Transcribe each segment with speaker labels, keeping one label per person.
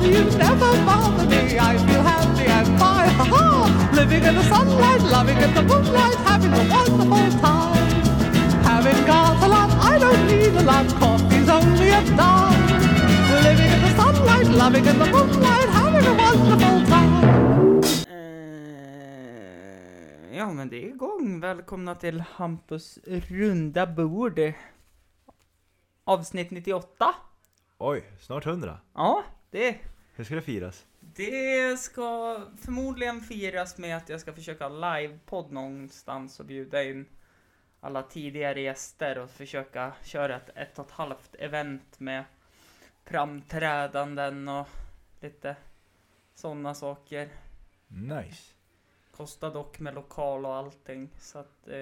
Speaker 1: dreams never bother me. I feel happy and fine. Ha ha! Living in the sunlight, loving in the moonlight, having a wonderful time. Having got a lot, I don't need a lot. Coffee's only a dime. Living in the sunlight, loving in the moonlight, having a wonderful time.
Speaker 2: Eh, Ja men det är igång. Välkomna till Hampus runda bord. Avsnitt 98.
Speaker 3: Oj, snart 100.
Speaker 2: Ja, det,
Speaker 3: Hur ska det firas?
Speaker 2: det ska förmodligen firas med att jag ska försöka livepodd någonstans och bjuda in alla tidigare gäster och försöka köra ett ett och ett halvt event med framträdanden och lite sådana saker.
Speaker 3: Nice.
Speaker 2: Kostar dock med lokal och allting så att eh,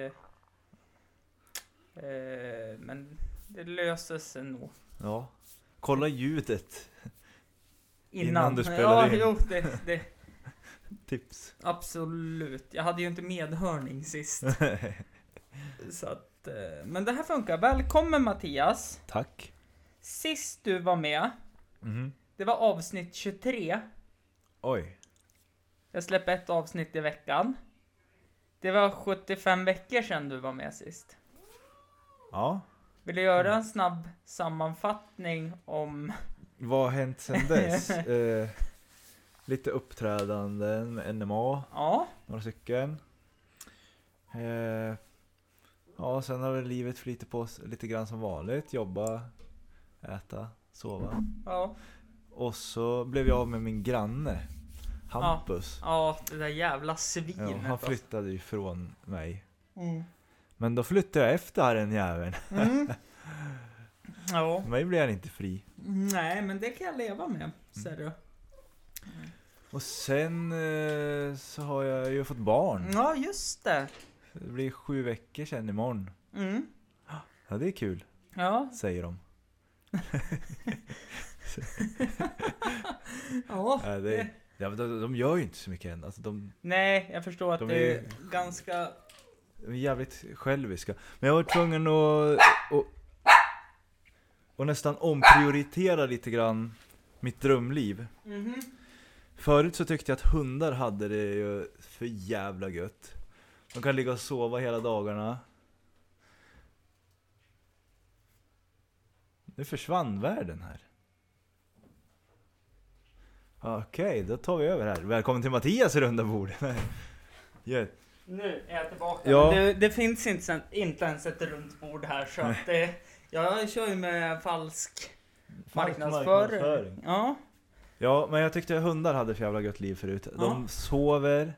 Speaker 2: eh, Men det löser sig nog
Speaker 3: Ja. Kolla ljudet.
Speaker 2: Innan,
Speaker 3: Innan du spelar
Speaker 2: ja,
Speaker 3: in.
Speaker 2: Jo, det, det,
Speaker 3: Tips.
Speaker 2: absolut Jag hade ju inte medhörning sist Så att, eh, men det här funkar Välkommen Mattias
Speaker 3: Tack.
Speaker 2: Sist du var med
Speaker 3: Mhm.
Speaker 2: Det var avsnitt 23
Speaker 3: Oj.
Speaker 2: Jag släpper ett avsnitt i veckan Det var 75 veckor sedan du var med sist
Speaker 3: Ja.
Speaker 2: Vill du göra en snabb sammanfattning om
Speaker 3: Vad har hänt sedan dess? eh, lite uppträdanden, NMA,
Speaker 2: Ja,
Speaker 3: några stycken. Eh, ja, sen har väl livet flyttat på s- lite grann som vanligt. Jobba, äta, sova.
Speaker 2: ja,
Speaker 3: Och så blev jag av med min granne, Hampus.
Speaker 2: ja, det där jävla
Speaker 3: Ja,
Speaker 2: svinet. alltså.
Speaker 3: han flyttade ju från mig.
Speaker 2: Mm.
Speaker 3: Men då flyttade jag efter den jäveln.
Speaker 2: Mm. Ja,
Speaker 3: För mig blir han inte fri.
Speaker 2: nej, men det kan jag leva med, ser du.
Speaker 3: Och sen eh, så har jag ju fått barn.
Speaker 2: Ja, just det.
Speaker 3: Det blir sju veckor sedan imorgon.
Speaker 2: Mm.
Speaker 3: Ja, det är kul,
Speaker 2: Ja,
Speaker 3: säger de.
Speaker 2: ja.
Speaker 3: Ja, det, ja, men de, de gör ju inte så mycket än. Alltså, de,
Speaker 2: Nej, jag förstår att
Speaker 3: De
Speaker 2: det
Speaker 3: är-
Speaker 2: är ganska...
Speaker 3: de är jävligt själviska. Men jag var tvungen att och, och nästan omprioritera lite grann mitt drömliv.
Speaker 2: Mhm.
Speaker 3: Förut så tyckte jag att hundar hade det ju för jävla gött. De kan ligga och sova hela dagarna. Nu försvann världen här. Okej, då tar vi över här. Välkommen till Mattias runda bord. Nej. Ja,
Speaker 2: Nu är jag tillbaka.
Speaker 3: Ja.
Speaker 2: Men Det, det finns inte, sen- inte ens ett runt bord här, så att det, jag kör ju med falsk marknadsföring. Ja.
Speaker 3: Ja, men jag tyckte hundar hade för jävla gött liv förut. De
Speaker 2: Ja.
Speaker 3: sover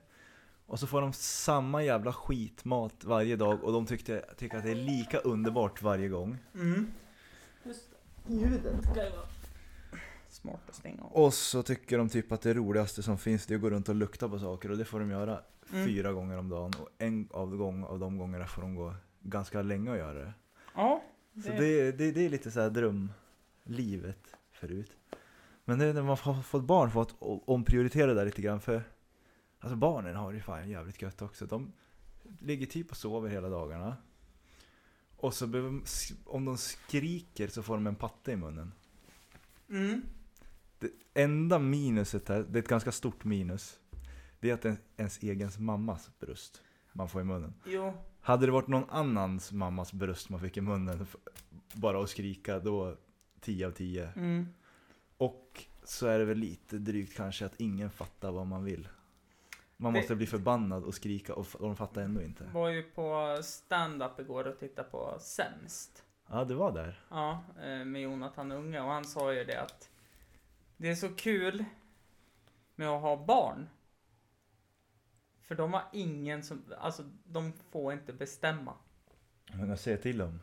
Speaker 3: och så får de samma jävla skitmat varje dag och de tyckte, tycker att det är lika underbart varje gång.
Speaker 2: Mm. Just ljudet ska ju vara smart att stänga av.
Speaker 3: Och så tycker de typ att det roligaste som finns det är att gå runt och lukta på saker och det får de göra
Speaker 2: Mm.
Speaker 3: fyra gånger om dagen och en av, gång, av de gångerna får de gå ganska länge och göra det.
Speaker 2: Ja,
Speaker 3: Så
Speaker 2: Det-
Speaker 3: det, det, det är lite så här drömlivet förut. Men nu när man har fått barn får man att omprioritera det där lite grann för alltså barnen har det fan jävligt gött också. De ligger typ och sover hela dagarna. Och så behöver, de sk- om de skriker så får de en patte i munnen.
Speaker 2: mm.
Speaker 3: Det enda minuset här, det är ett ganska stort minus. Det är att en, ens egen mammas bröst man får i munnen.
Speaker 2: jo.
Speaker 3: Hade det varit någon annans mammas bröst man fick i munnen f- bara att skrika då 10 av 10.
Speaker 2: Mm.
Speaker 3: Och så är det väl lite drygt kanske att ingen fattar vad man vill. Man
Speaker 2: Det-
Speaker 3: måste bli förbannad och skrika och, f- och de fattar ändå inte.
Speaker 2: Var ju på stand-up igår och tittade på Sämst.
Speaker 3: Ja, det var där.
Speaker 2: Ja, eh, med Jonathan Unge och han sa ju det att det är så kul med att ha barn. För de har ingen som, alltså de får inte bestämma.
Speaker 3: Men jag säger till dem.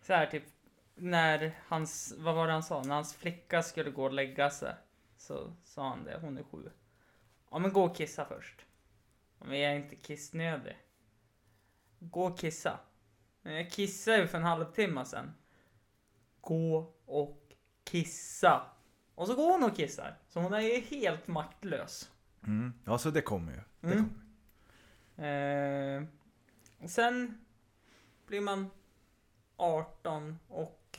Speaker 2: Så här typ, när hans, vad var det han sa? När hans flicka skulle gå och lägga sig. Så sa han det, hon är sju. Ja men gå och kissa först. Ja, men jag är inte kissnödig. Gå och kissa. Men jag kissade ju för en halvtimme sedan. Gå och kissa. Och så går hon och kissar. Så hon är ju helt maktlös.
Speaker 3: Mm. Ja, så det kommer ju. Det
Speaker 2: Mm.
Speaker 3: kommer.
Speaker 2: Eh, och sen blir man 18 och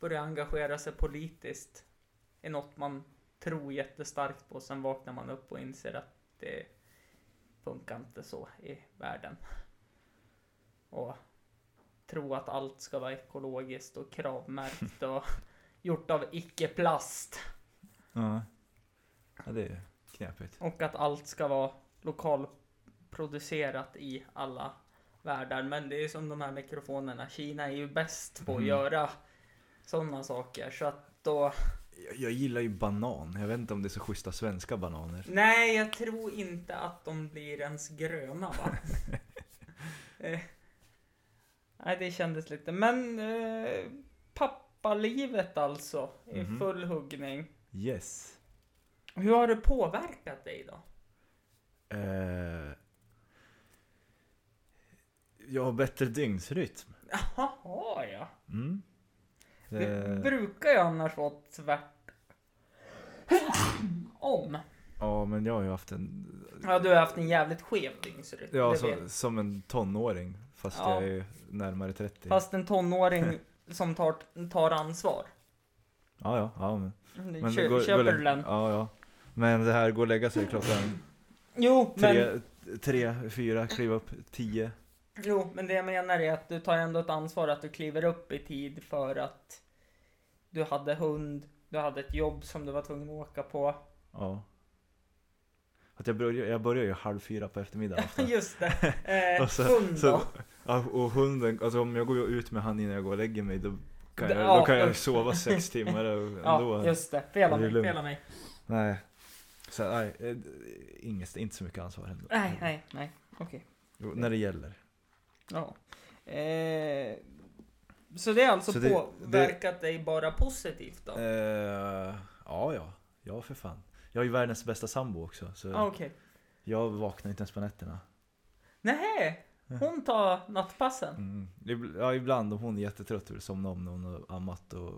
Speaker 2: börjar engagera sig politiskt. är något man tror jättestarkt på, sen vaknar man upp och inser att det funkar inte så i världen. Och tro att allt ska vara ekologiskt och kravmärkt och gjort av icke-plast.
Speaker 3: Ja. ja, det är knepigt.
Speaker 2: Och att allt ska vara lokalproducerat i alla världar. Men det är som de här mikrofonerna. Kina är ju bäst på att
Speaker 3: Mm.
Speaker 2: göra sådana saker. Så att då...
Speaker 3: Jag, jag gillar ju banan. Jag vet inte om det är så schyssta svenska bananer.
Speaker 2: Nej, jag tror inte att de blir ens gröna va? eh, nej, det kändes lite. Men eh, pappalivet alltså, i
Speaker 3: Mhm.
Speaker 2: full huggning.
Speaker 3: Yes.
Speaker 2: Hur har det påverkat dig då?
Speaker 3: Eh, jag har bättre dygnsrytm.
Speaker 2: Jaha ja.
Speaker 3: Mm.
Speaker 2: Det
Speaker 3: Eh, Det,
Speaker 2: brukar ju annars vara tvärtom.
Speaker 3: ja, men jag har ju haft en...
Speaker 2: Ja, du har haft en jävligt skev dygnsrytm.
Speaker 3: Ja,
Speaker 2: det vet
Speaker 3: som, som en tonåring. Fast
Speaker 2: Ja.
Speaker 3: jag är närmare 30.
Speaker 2: Fast en tonåring som tar, tar ansvar.
Speaker 3: Ja, ja, ja. Men, men
Speaker 2: Kö,
Speaker 3: gå- gå och
Speaker 2: köper
Speaker 3: lä-
Speaker 2: du den?
Speaker 3: Ja, ja. Men det här, gå och lägga sig klockan
Speaker 2: Jo men,
Speaker 3: tre, tre fyra, kliva upp tio.
Speaker 2: jo, men det jag menar är att du tar ändå ett ansvar att du kliver upp i tid för att du hade hund, du hade ett jobb som du var tvungen att åka på.
Speaker 3: Ja. Att jag, börjar, jag börjar ju halv fyra på eftermiddagen ofta.
Speaker 2: Just det. Eh,
Speaker 3: Och så-
Speaker 2: hund
Speaker 3: så-
Speaker 2: då?
Speaker 3: Ja, och hunden, alltså om jag går ut med han innan jag går och lägger mig då kan
Speaker 2: Det-
Speaker 3: jag,
Speaker 2: ja.
Speaker 3: då kan jag sova sex timmar ändå.
Speaker 2: Ja, just det. Fel av
Speaker 3: Det
Speaker 2: mig,
Speaker 3: är lugnt.
Speaker 2: fel av mig.
Speaker 3: Nej. Så, nej, eh, inget, inte så mycket ansvar ändå.
Speaker 2: Nej, nej, nej. Okej.
Speaker 3: Jo, när det gäller.
Speaker 2: Ja. Eh, så det har alltså
Speaker 3: Så det-
Speaker 2: påverkat dig bara positivt då?
Speaker 3: Eh, ja, ja. Ja, för fan. Jag är ju världens bästa sambo också. Så
Speaker 2: ah, Okej.
Speaker 3: jag vaknar inte ens på nätterna.
Speaker 2: Nej, hon tar nattpassen.
Speaker 3: Mm. Ib- Ja, ibland om hon är jättetrött och vill somna om när hon har ammat och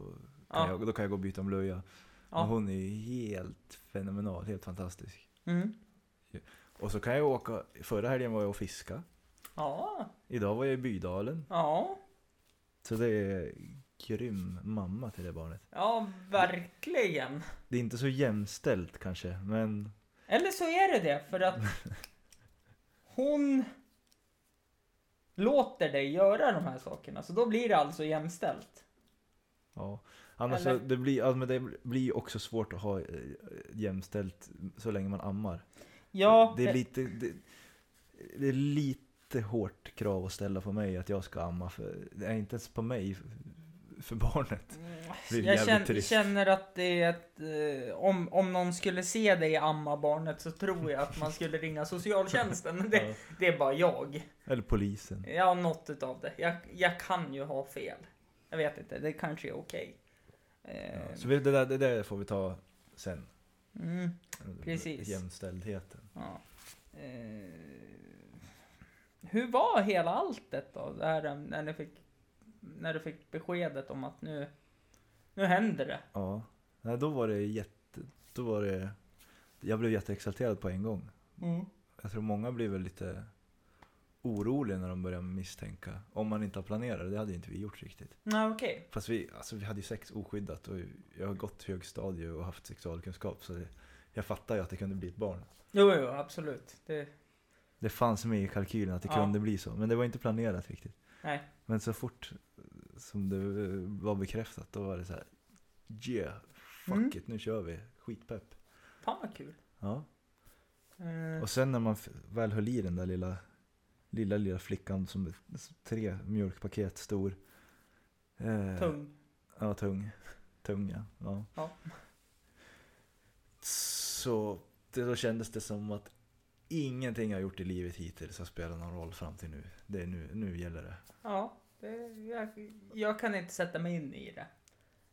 Speaker 3: kan
Speaker 2: Ja.
Speaker 3: jag, då kan jag gå och byta om blöja.
Speaker 2: Ja.
Speaker 3: Men hon är ju helt fenomenal, helt fantastisk.
Speaker 2: Mm.
Speaker 3: Och så kan jag åka, förra helgen var jag och fiska.
Speaker 2: Ja,
Speaker 3: Idag var jag i Bydalen.
Speaker 2: ja,
Speaker 3: Så det är grym mamma till det barnet.
Speaker 2: ja, verkligen.
Speaker 3: Det är inte så jämställt kanske, men
Speaker 2: Eller så är det det, för att hon låter dig göra de här sakerna, så då blir det alltså jämställt.
Speaker 3: ja. Annars så,
Speaker 2: Eller-
Speaker 3: det blir, ja, men det blir också svårt att ha eh, jämställt så länge man ammar.
Speaker 2: Ja, eh,
Speaker 3: det, är
Speaker 2: det-
Speaker 3: lite, det, det är lite hårt krav att ställa på mig att jag ska amma. För, det är inte ens på mig, f- för barnet.
Speaker 2: mm.
Speaker 3: Det är
Speaker 2: Jag
Speaker 3: jävligt
Speaker 2: känner,
Speaker 3: trist.
Speaker 2: känner att det är ett, eh, om, om någon skulle se dig amma barnet så tror jag att man skulle ringa socialtjänsten. Men det,
Speaker 3: Ja.
Speaker 2: det är bara jag.
Speaker 3: Eller polisen.
Speaker 2: Jag har något utav det. Jag, jag kan ju ha fel. Jag vet inte, det kanske är okej. Eh,
Speaker 3: Ja, så vi, det, där, det där får vi ta sen.
Speaker 2: mm, Precis.
Speaker 3: Jämställdheten.
Speaker 2: ja. eh, hur var hela alltet då? Det här, eh, när, ni fick, när du fick beskedet om att nu, nu händer det.
Speaker 3: Ja. Nej, då var det jätte... Då var det, jag blev jätteexalterad på en gång. Jag tror många blir väl lite oroliga när de börjar misstänka. Om man inte har planerat det, det hade ju inte vi gjort riktigt.
Speaker 2: Ja, okej.
Speaker 3: Fast vi, alltså, vi hade ju sex oskyddat och jag har gått högstadie och haft sexualkunskap så det, jag fattar ju att det kunde bli ett barn.
Speaker 2: Jo, jo, absolut. Det,
Speaker 3: Det fanns med i kalkylen att det
Speaker 2: Ja.
Speaker 3: kunde bli så, men det var inte planerat riktigt.
Speaker 2: Nej.
Speaker 3: Men så fort som det eh, var bekräftat då var det så här, yeah, fuck
Speaker 2: Mm.
Speaker 3: it, nu kör vi, skitpepp.
Speaker 2: fan vad kul.
Speaker 3: Ja.
Speaker 2: Eh,
Speaker 3: Och sen när man f- väl höll i den där lilla, lilla, lilla flickan som är s- tre mjölkpaket stor. Eh,
Speaker 2: Tung.
Speaker 3: Ja, tung. Tung, ja. ja.
Speaker 2: Ja.
Speaker 3: Så det, då kändes det som att ingenting jag gjort i livet hittills har spelat någon roll fram till nu. Det är nu, nu gäller det.
Speaker 2: Ja, det, jag, jag kan inte sätta mig in i det.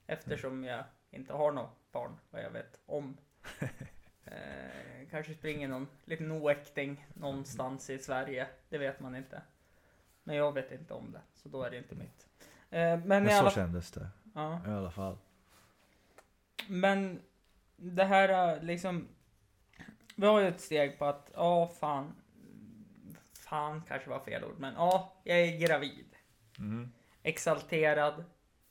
Speaker 2: Eftersom jag inte har något barn, vad jag vet om. Eh, kanske springer någon liten oäkting någonstans i Sverige. Det vet man inte. Men jag vet inte om det, så då är det inte mitt. Eh, men,
Speaker 3: Men,
Speaker 2: i
Speaker 3: så
Speaker 2: alla,
Speaker 3: kändes det
Speaker 2: ja,
Speaker 3: i alla fall.
Speaker 2: men det här eh, liksom. Vi har ju ett steg på att, ja fan. Fan kanske var fel ord, men ja, jag är gravid.
Speaker 3: Mm.
Speaker 2: exalterad.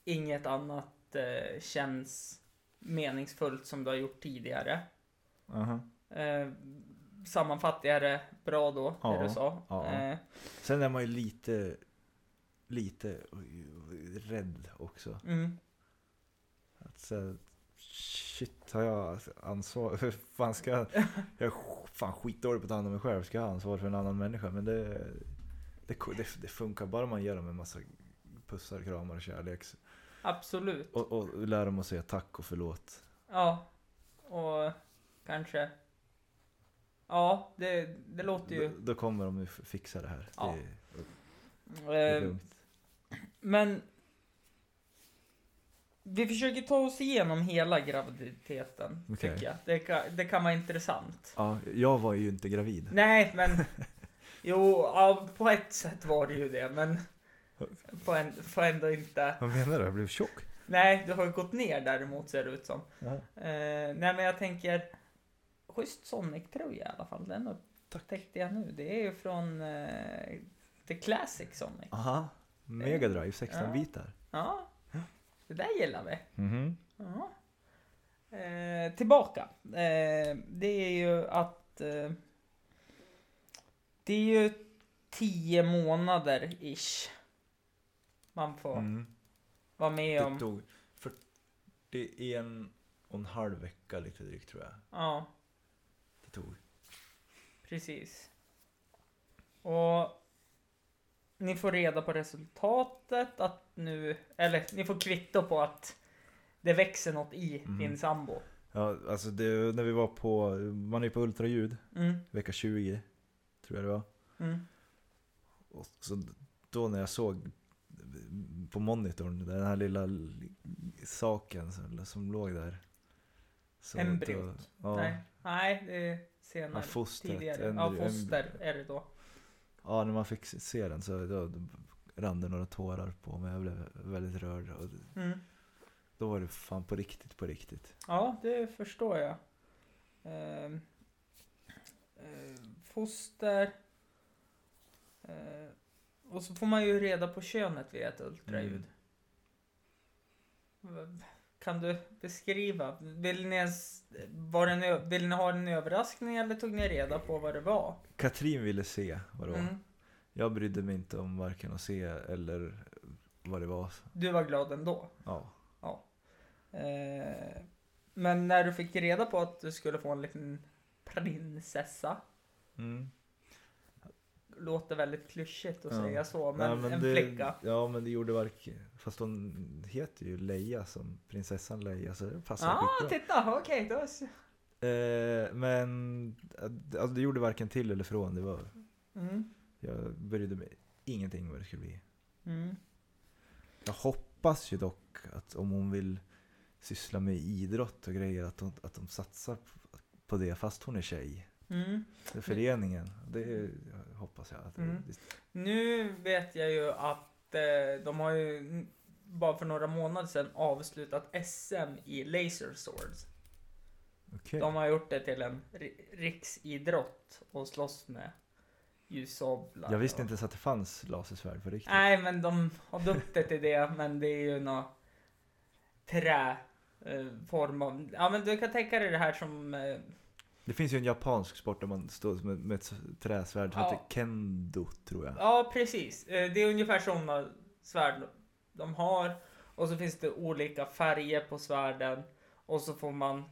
Speaker 2: Inget annat eh, känns meningsfullt som du har gjort tidigare.
Speaker 3: Aha.
Speaker 2: Eh, sammanfattar jag det bra då,
Speaker 3: Ja,
Speaker 2: det du sa?
Speaker 3: ja.
Speaker 2: Eh,
Speaker 3: Sen är man ju lite, lite rädd också.
Speaker 2: mm,
Speaker 3: Att säga, shit, har jag ansvar? Hur fan ska jag? Jag är sk- fan skitdålig på att ta hand om mig själv. Ska jag ha ansvar för en annan människa? Men det, det, det, det funkar bara man ger dem en massa pussar, kramar och kärlek.
Speaker 2: absolut.
Speaker 3: Och, och lär dem att säga tack och förlåt.
Speaker 2: Ja, och kanske... Ja, det, det låter ju...
Speaker 3: Då, då kommer de ju f- fixa det här.
Speaker 2: Ja.
Speaker 3: Det, är- det är
Speaker 2: Eh,
Speaker 3: lugnt.
Speaker 2: men... Vi försöker ta oss igenom hela graviditeten,
Speaker 3: Okej.
Speaker 2: tycker jag. Det kan, det kan vara intressant.
Speaker 3: Ja, jag var ju inte gravid.
Speaker 2: Nej, men... Jo, ja, på ett sätt var det ju det, men... På, en, på ändå inte.
Speaker 3: Vad menar du? Jag blev tjock.
Speaker 2: Nej, du har ju gått ner däremot ser det ut som.
Speaker 3: Ja.
Speaker 2: Eh, nej men jag tänker, schysst Sonic-tröja i alla fall. Den upptäckte jag nu. Det är ju från eh, The Classic Sonic.
Speaker 3: Aha. Mega Drive 16 bitar.
Speaker 2: Ja, det där gillar vi.
Speaker 3: Mhm.
Speaker 2: Ja. Eh, tillbaka. Eh, det är ju att eh, det är ju 10 månader ish. Man får
Speaker 3: Mm.
Speaker 2: vara med
Speaker 3: Det
Speaker 2: om.
Speaker 3: tog 41 och en halv vecka lite drygt tror jag.
Speaker 2: Ja.
Speaker 3: Det tog.
Speaker 2: Precis. Och ni får reda på resultatet att nu, eller ni får kvitto på att det växer något i
Speaker 3: Mm.
Speaker 2: din sambo.
Speaker 3: Ja, alltså det, när vi var på, man är ju på ultraljud
Speaker 2: Mm,
Speaker 3: vecka 20 tror jag det var.
Speaker 2: mm,
Speaker 3: Och så då när jag såg på monitorn den här lilla l- saken som, som låg där. Så
Speaker 2: Embryot.
Speaker 3: då- Ja,
Speaker 2: Nej, nej, det är
Speaker 3: ja,
Speaker 2: senare.
Speaker 3: fostret.
Speaker 2: tidigare.
Speaker 3: embryo-
Speaker 2: ja, foster
Speaker 3: embryo.
Speaker 2: är det då.
Speaker 3: Ja, när man fick se den så då, då rann det några tårar på mig. Jag blev väldigt rörd. Och
Speaker 2: Mm.
Speaker 3: då var det fan på riktigt, på riktigt.
Speaker 2: Ja, det förstår jag. Ehm, eh, foster. Eh, och så får man ju reda på könet via ett ultraljud. V- Kan du beskriva? Vill ni, ens, var det en, ö- vill ni ha en överraskning eller tog ni reda på vad det var?
Speaker 3: Katrin ville se vad det var.
Speaker 2: Mm.
Speaker 3: Jag brydde mig inte om varken att se eller vad det var.
Speaker 2: Du var glad ändå.
Speaker 3: Ja.
Speaker 2: Eh, men när du fick reda på att du skulle få en liten prinsessa.
Speaker 3: Mm.
Speaker 2: låter väldigt klyschigt att
Speaker 3: Ja.
Speaker 2: säga så, men,
Speaker 3: Nej,
Speaker 2: en
Speaker 3: det,
Speaker 2: flicka.
Speaker 3: Ja, men det gjorde varken... Fast hon heter ju Leia som prinsessan Leia, så det passar
Speaker 2: ah,
Speaker 3: skitbra.
Speaker 2: titta! Okej, då... s-
Speaker 3: Eh, men alltså, det gjorde varken till eller från. Det var,
Speaker 2: Mm.
Speaker 3: jag brydde mig ingenting vad det skulle bli.
Speaker 2: Mm.
Speaker 3: Jag hoppas ju dock att om hon vill syssla med idrott och grejer att de, att de satsar p- på det fast hon är tjej.
Speaker 2: Mm.
Speaker 3: Det är föreningen. Det hoppas jag. Att
Speaker 2: Mm.
Speaker 3: det,
Speaker 2: Nu vet jag ju att eh, de har ju n- bara för några månader sedan avslutat SM i laser swords.
Speaker 3: Okej.
Speaker 2: De har gjort det till en ri- riksidrott och slåss med ljussablar.
Speaker 3: Jag visste
Speaker 2: och-
Speaker 3: inte ens att det fanns lasersvärd på riktigt.
Speaker 2: Nej, men de har döpt det till det, men det är ju nå trä eh, form av... Ja, men du kan tänka dig det här som eh,
Speaker 3: Det finns ju en japansk sport där man står med, med ett träsvärd som
Speaker 2: Ja.
Speaker 3: heter kendo tror jag.
Speaker 2: Ja, precis. Eh, Det är ungefär sådana svärd de har. Och så finns det olika färger på svärden. Och så får man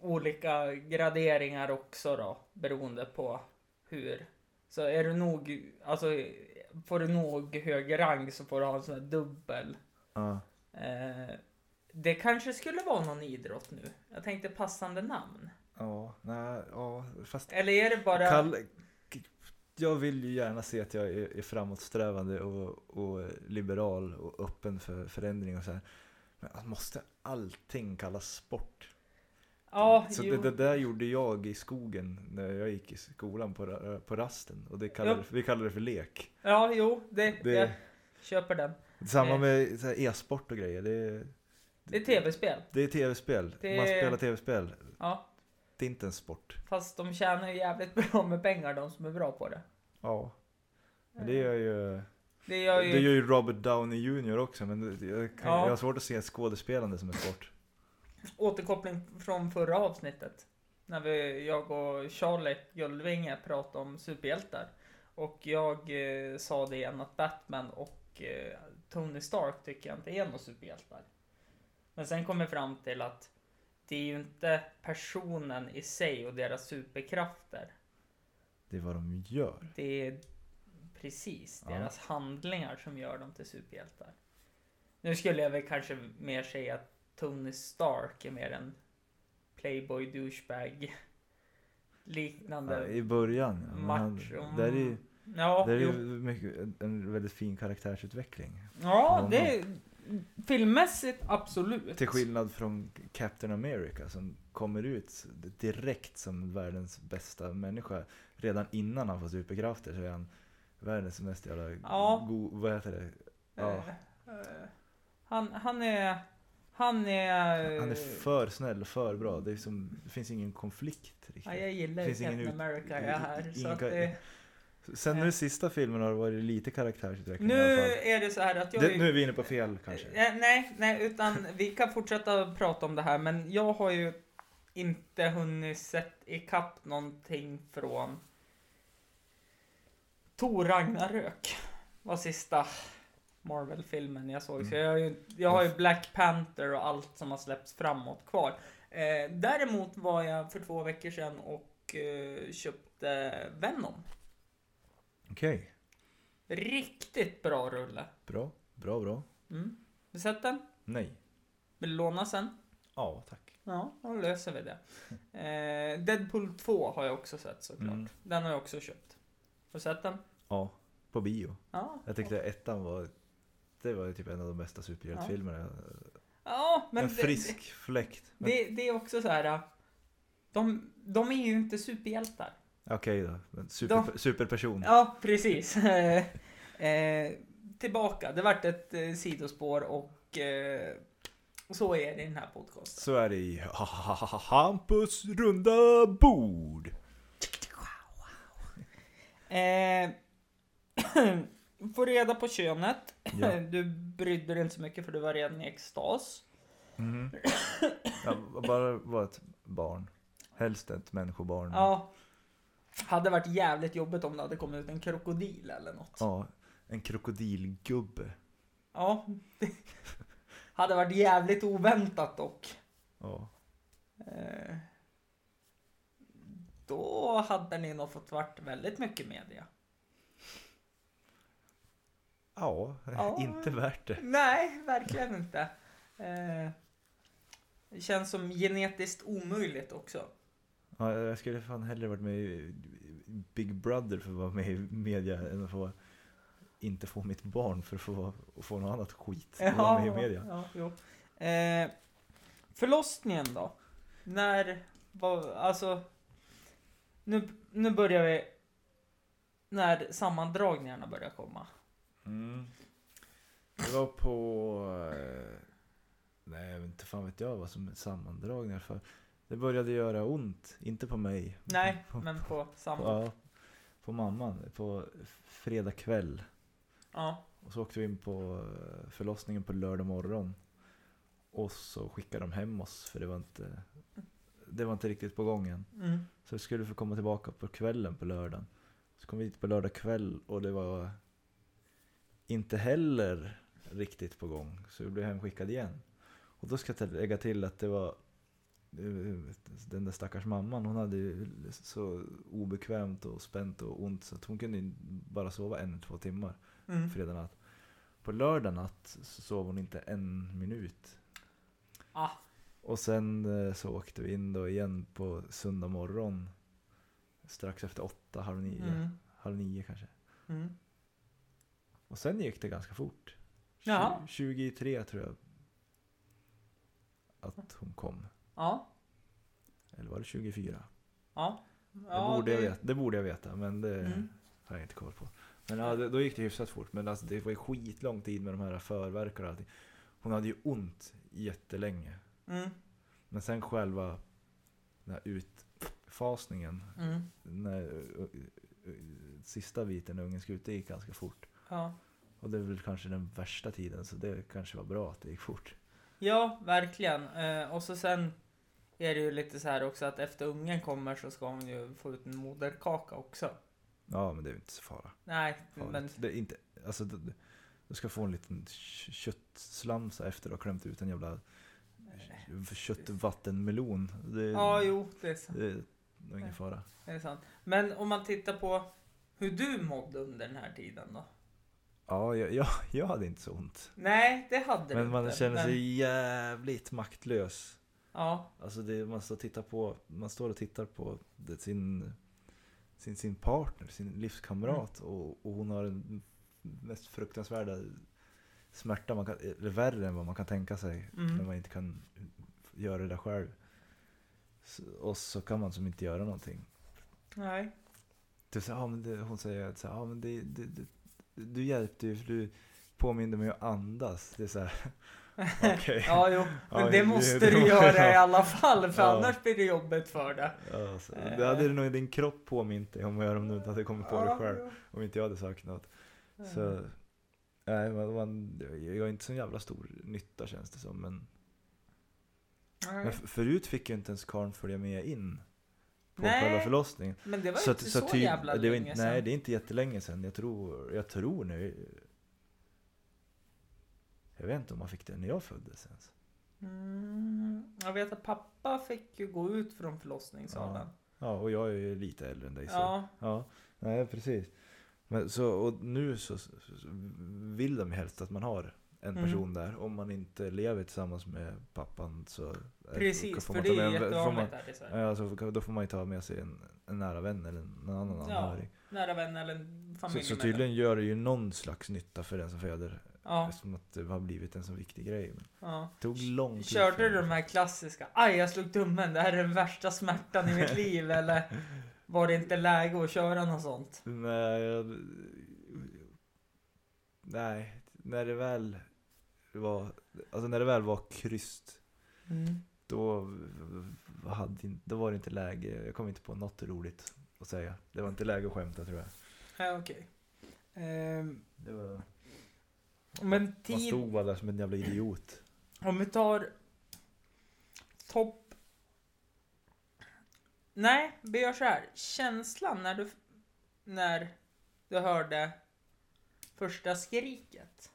Speaker 2: olika graderingar också då, beroende på hur. Så är du nog, alltså får du nog hög rang så får du ha en sån här dubbel.
Speaker 3: Ja.
Speaker 2: Eh, det kanske skulle vara någon idrott nu. Jag tänkte passande namn.
Speaker 3: Ja, nej, ja, fast
Speaker 2: Eller är det bara...
Speaker 3: Kall, k- jag vill ju gärna se att jag är, är framåtsträvande och, och liberal och öppen för förändring och så här. Men att måste allting kallas sport?
Speaker 2: ja,
Speaker 3: så
Speaker 2: jo.
Speaker 3: det, det där gjorde jag i skogen när jag gick i skolan på, ra- på rasten och det kallade,
Speaker 2: Ja.
Speaker 3: vi kallade det för lek.
Speaker 2: ja, jo, det,
Speaker 3: Det,
Speaker 2: jag köper den.
Speaker 3: Samma
Speaker 2: eh.
Speaker 3: med så här e-sport och grejer. Det,
Speaker 2: Det är tv-spel.
Speaker 3: Det är tv-spel.
Speaker 2: Det-
Speaker 3: Man spelar tv-spel.
Speaker 2: Ja,
Speaker 3: Det är inte en sport.
Speaker 2: fast de tjänar ju jävligt bra med pengar de som är bra på det.
Speaker 3: Ja. Men det gör ju...
Speaker 2: Eh. Det gör ju...
Speaker 3: Det gör ju Robert Downey Jr också men det- jag, kan,
Speaker 2: Ja.
Speaker 3: jag har svårt att se skådespelande som en sport.
Speaker 4: återkoppling från förra avsnittet. När vi, jag och Charlie Gullvinge pratade om superhjältar. Och jag eh, sa det igen att Batman och eh, Tony Stark tycker jag inte är några superhjältar. Men sen kom jag fram till att det är ju inte personen i sig och deras superkrafter.
Speaker 3: Det är vad de gör.
Speaker 4: Det är precis
Speaker 3: Ja.
Speaker 4: deras handlingar som gör dem till superhjältar. Nu skulle jag väl kanske mer säga att Tony Stark är mer en playboy douchebag
Speaker 3: Ja,
Speaker 4: liknande.
Speaker 3: I början. ja, men han-
Speaker 4: Match om-
Speaker 3: Där är, ju-
Speaker 4: Ja,
Speaker 3: där är ju
Speaker 4: jo.
Speaker 3: mycket, en, en väldigt fin karaktärsutveckling.
Speaker 4: ja det filmmässigt absolut.
Speaker 3: Till skillnad från Captain America som kommer ut direkt som världens bästa människa. Redan innan han får superkrafter så är han världens mest jävla
Speaker 4: Ja.
Speaker 3: go, vad heter det? Ja.
Speaker 4: Eh, eh, han, han är... Han är...
Speaker 3: Han är för snäll och för bra. Det, är som, det finns ingen konflikt
Speaker 4: Ja,
Speaker 3: riktigt.
Speaker 4: jag gillar ju
Speaker 3: Finns ingen
Speaker 4: Captain
Speaker 3: ut-
Speaker 4: America
Speaker 3: i-
Speaker 4: jag
Speaker 3: i-
Speaker 4: här. Så
Speaker 3: ingen
Speaker 4: att
Speaker 3: kar-
Speaker 4: det,
Speaker 3: Sen
Speaker 4: eh.
Speaker 3: nu sista filmen har det varit lite karaktärsutveckling
Speaker 4: nu
Speaker 3: i alla fall.
Speaker 4: är det så här att jag...
Speaker 3: Det,
Speaker 4: är-
Speaker 3: nu är vi inne på fel kanske.
Speaker 4: Eh, Nej, nej, utan vi kan fortsätta prata om det här, men jag har ju inte hunnit sett ikapp någonting från Tor Ragnarök. Var sista Marvel-filmen jag såg. Så jag har, ju, jag har ju Black Panther och allt som har släppts framåt kvar. Eh, däremot var jag för två veckor sedan och eh, köpte Venom.
Speaker 3: Okej,
Speaker 4: Riktigt bra rulle.
Speaker 3: bra, bra, bra.
Speaker 4: Mm. Har du sett den?
Speaker 3: Nej.
Speaker 4: Vill du låna sen?
Speaker 3: Ja, tack.
Speaker 4: Ja, då löser vi det. Eh, Deadpool 2 har jag också sett såklart.
Speaker 3: Mm.
Speaker 4: Den har jag också köpt. Har du sett den?
Speaker 3: Ja, på bio.
Speaker 4: Ja.
Speaker 3: Jag tyckte ettan var, det var ju typ en av de bästa superhjältefilmerna.
Speaker 4: Ja, men
Speaker 3: en
Speaker 4: det-
Speaker 3: frisk fläkt. Men-
Speaker 4: Det, det är också så här. eh, De, de är ju inte superhjältar.
Speaker 3: Okej då, men super, superperson.
Speaker 4: Ja, precis. Eh, eh, tillbaka. Det vart ett eh, sidospår och eh, så är det i den här podcasten.
Speaker 3: Så är det i Hampus runda bord.
Speaker 4: Eh, få reda på könet.
Speaker 3: Ja.
Speaker 4: Du brydde dig inte så mycket för du var redan i extas.
Speaker 3: Mhm. Jag var- bara var ett barn. Helst ett människobarn.
Speaker 4: Ja. Hade varit jävligt jobbigt om det hade kommit ut en krokodil eller något.
Speaker 3: Ja, en krokodilgubbe.
Speaker 4: Ja. hade varit jävligt oväntat dock.
Speaker 3: Ja.
Speaker 4: Eh, Då hade ni nog fått varit väldigt mycket media.
Speaker 3: Ja,
Speaker 4: Ja.
Speaker 3: inte värt det.
Speaker 4: Nej, verkligen inte. Eh, Det känns som genetiskt omöjligt också.
Speaker 3: Ja, jag skulle fan hellre varit med i Big Brother för att vara med i media än att få, inte få mitt barn för att få, att få något annat skit. och vara med i media.
Speaker 4: Ja, jo. Eh, förlossningen då? När, vad, alltså, nu, nu börjar vi, när sammandragningarna börjar komma.
Speaker 3: Mm. Det var på... eh, Nej, jag vet inte fan vet jag vad som är sammandragningar för. Det började göra ont, inte på mig.
Speaker 4: Nej,
Speaker 3: på,
Speaker 4: men på
Speaker 3: på,
Speaker 4: samma.
Speaker 3: Mm. ja, på mamman. På fredag kväll.
Speaker 4: Ja.
Speaker 3: Och så åkte vi in på eh, förlossningen på lördag morgon. Och så skickade de hem oss för det var inte, det var inte riktigt på gången.
Speaker 4: Mm.
Speaker 3: Så vi skulle få komma tillbaka på kvällen på lördagen. Så kom vi hit på lördag kväll och det var inte heller riktigt på gång. Så vi blev hemskickade igen. Och då ska jag lägga till att det var eh, den där stackars mamman, hon hade ju så obekvämt och spänt och ont så att hon kunde ju bara sova en, två timmar
Speaker 4: Mm.
Speaker 3: fredag natt. På lördag natt så sov hon inte en minut.
Speaker 4: Ah.
Speaker 3: Och sen eh, så åkte vi in då igen på söndag morgon. Strax efter åtta, halv nio.
Speaker 4: Mm.
Speaker 3: Halv nio kanske.
Speaker 4: Mm.
Speaker 3: Och sen gick det ganska fort. Tju-
Speaker 4: Jaha.
Speaker 3: 23 tror jag att hon kom.
Speaker 4: Ja.
Speaker 3: Eller var det 24?
Speaker 4: Ja.
Speaker 3: det,
Speaker 4: Ja,
Speaker 3: borde Jag veta, det borde jag veta men det
Speaker 4: Mm.
Speaker 3: har jag inte koll på. Men ja, det, då gick det hyfsat fort. Men alltså, det var ju skitlång tid med de här förvärkarna och allting. Hon hade ju ont jättelänge.
Speaker 4: Mm.
Speaker 3: Men sen själva den här utfasningen,
Speaker 4: Mm.
Speaker 3: när ö, ö, ö, sista biten när ungen skulle ut, det gick ganska fort.
Speaker 4: Ja.
Speaker 3: Och det är väl kanske den värsta tiden så det kanske var bra att det gick fort.
Speaker 4: Ja, verkligen. Eh, och så sen är det ju lite så här också att efter ungen kommer så ska hon ju få ut en moderkaka också.
Speaker 3: Ja, men det är ju inte så fara.
Speaker 4: Nej,
Speaker 3: farligt.
Speaker 4: men
Speaker 3: Det är inte, alltså, du, du ska få en liten kö- köttslamsa efter att ha klämt ut en jävla kö- köttvattenmelon. Det,
Speaker 4: ja, jo, det är, sant,
Speaker 3: det är nog ingen fara.
Speaker 4: det är sant. Men om man tittar på hur du mådde under den här tiden då?
Speaker 3: Ja, jag, jag, jag hade inte så ont.
Speaker 4: Nej, det hade du
Speaker 3: Men man
Speaker 4: inte.
Speaker 3: känner
Speaker 4: men-
Speaker 3: sig jävligt maktlös.
Speaker 4: Ja,
Speaker 3: Alltså det, man, står och tittar på, man står och tittar på det, sin, sin, sin partner, sin livskamrat
Speaker 4: Mm.
Speaker 3: och, och hon har den mest fruktansvärda smärta, man kan, eller värre än vad man kan tänka sig
Speaker 4: Mm.
Speaker 3: när man inte kan göra det där själv. Så, och så kan man som inte göra någonting.
Speaker 4: nej.
Speaker 3: Typ så, här, ja, men det, hon säger att så, här, ja, men det, det, det, du hjälpte ju för du påminde mig att andas. Det är så här, okej.
Speaker 4: Ja, jo, men
Speaker 3: Ja,
Speaker 4: det
Speaker 3: det-
Speaker 4: måste
Speaker 3: det-
Speaker 4: du göra i alla fall för
Speaker 3: Ja.
Speaker 4: annars blir det jobbigt för dig.
Speaker 3: Alltså, det hade nog din kropp påmint dig om att göra om du inte hade kommit på det
Speaker 4: Ja,
Speaker 3: själv.
Speaker 4: jo.
Speaker 3: Om inte jag hade sagt något. Så, nej, man, man, jag har inte så jävla stor nytta känns det som. Men,
Speaker 4: Nej.
Speaker 3: men f- förut fick ju inte ens karln följa med in på
Speaker 4: Nej.
Speaker 3: själva förlossningen.
Speaker 4: Men det var
Speaker 3: Så
Speaker 4: inte
Speaker 3: att-
Speaker 4: så,
Speaker 3: att typ-
Speaker 4: jävla
Speaker 3: det var
Speaker 4: länge
Speaker 3: inte, Nej,
Speaker 4: sedan.
Speaker 3: det är inte jättelänge sedan. Jag tror, jag tror nu... Jag vet inte om man fick det när jag föddes ens.
Speaker 4: Mm, jag vet att pappa fick ju gå ut från förlossningssalen.
Speaker 3: Ja, och jag är ju lite äldre än dig. Så.
Speaker 4: Ja,
Speaker 3: Ja, nej precis. Men så, och nu så, så så vill de helst att man har en
Speaker 4: Mm.
Speaker 3: person där. Om man inte lever tillsammans med pappan så... eh,
Speaker 4: precis.
Speaker 3: får
Speaker 4: För
Speaker 3: man
Speaker 4: det
Speaker 3: ta med
Speaker 4: är
Speaker 3: en- får man,
Speaker 4: jättevanligt här i Sverige.
Speaker 3: ja, alltså, Då får man ju ta med sig en, en nära vän eller en annan
Speaker 4: Ja,
Speaker 3: anhörig.
Speaker 4: Nära vän eller en
Speaker 3: så,
Speaker 4: familj.
Speaker 3: så tydligen gör det ju någon slags nytta för den som föder.
Speaker 4: Ja,
Speaker 3: Eftersom att det har blivit en så viktig grej. Men
Speaker 4: ja.
Speaker 3: det tog lång tid. för
Speaker 4: Körde du
Speaker 3: den.
Speaker 4: de här klassiska Aj, jag slog tummen, det här är den värsta smärtan i mitt liv eller var det inte läge att köra något sånt?
Speaker 3: Nej, jag... Nej, när det väl var... Alltså när det väl var kryst,
Speaker 4: Mm.
Speaker 3: då, hade, inte- då var det inte läge. Jag kom inte på något roligt att säga. Det var inte läge att skämta tror jag.
Speaker 4: Ja, okej. Ehm,
Speaker 3: Det var...
Speaker 4: men
Speaker 3: Man
Speaker 4: tid
Speaker 3: stod bara där som en jävla idiot.
Speaker 4: Om vi tar topp... Nej, vi gör så här. Känslan när du, när du hörde första skriket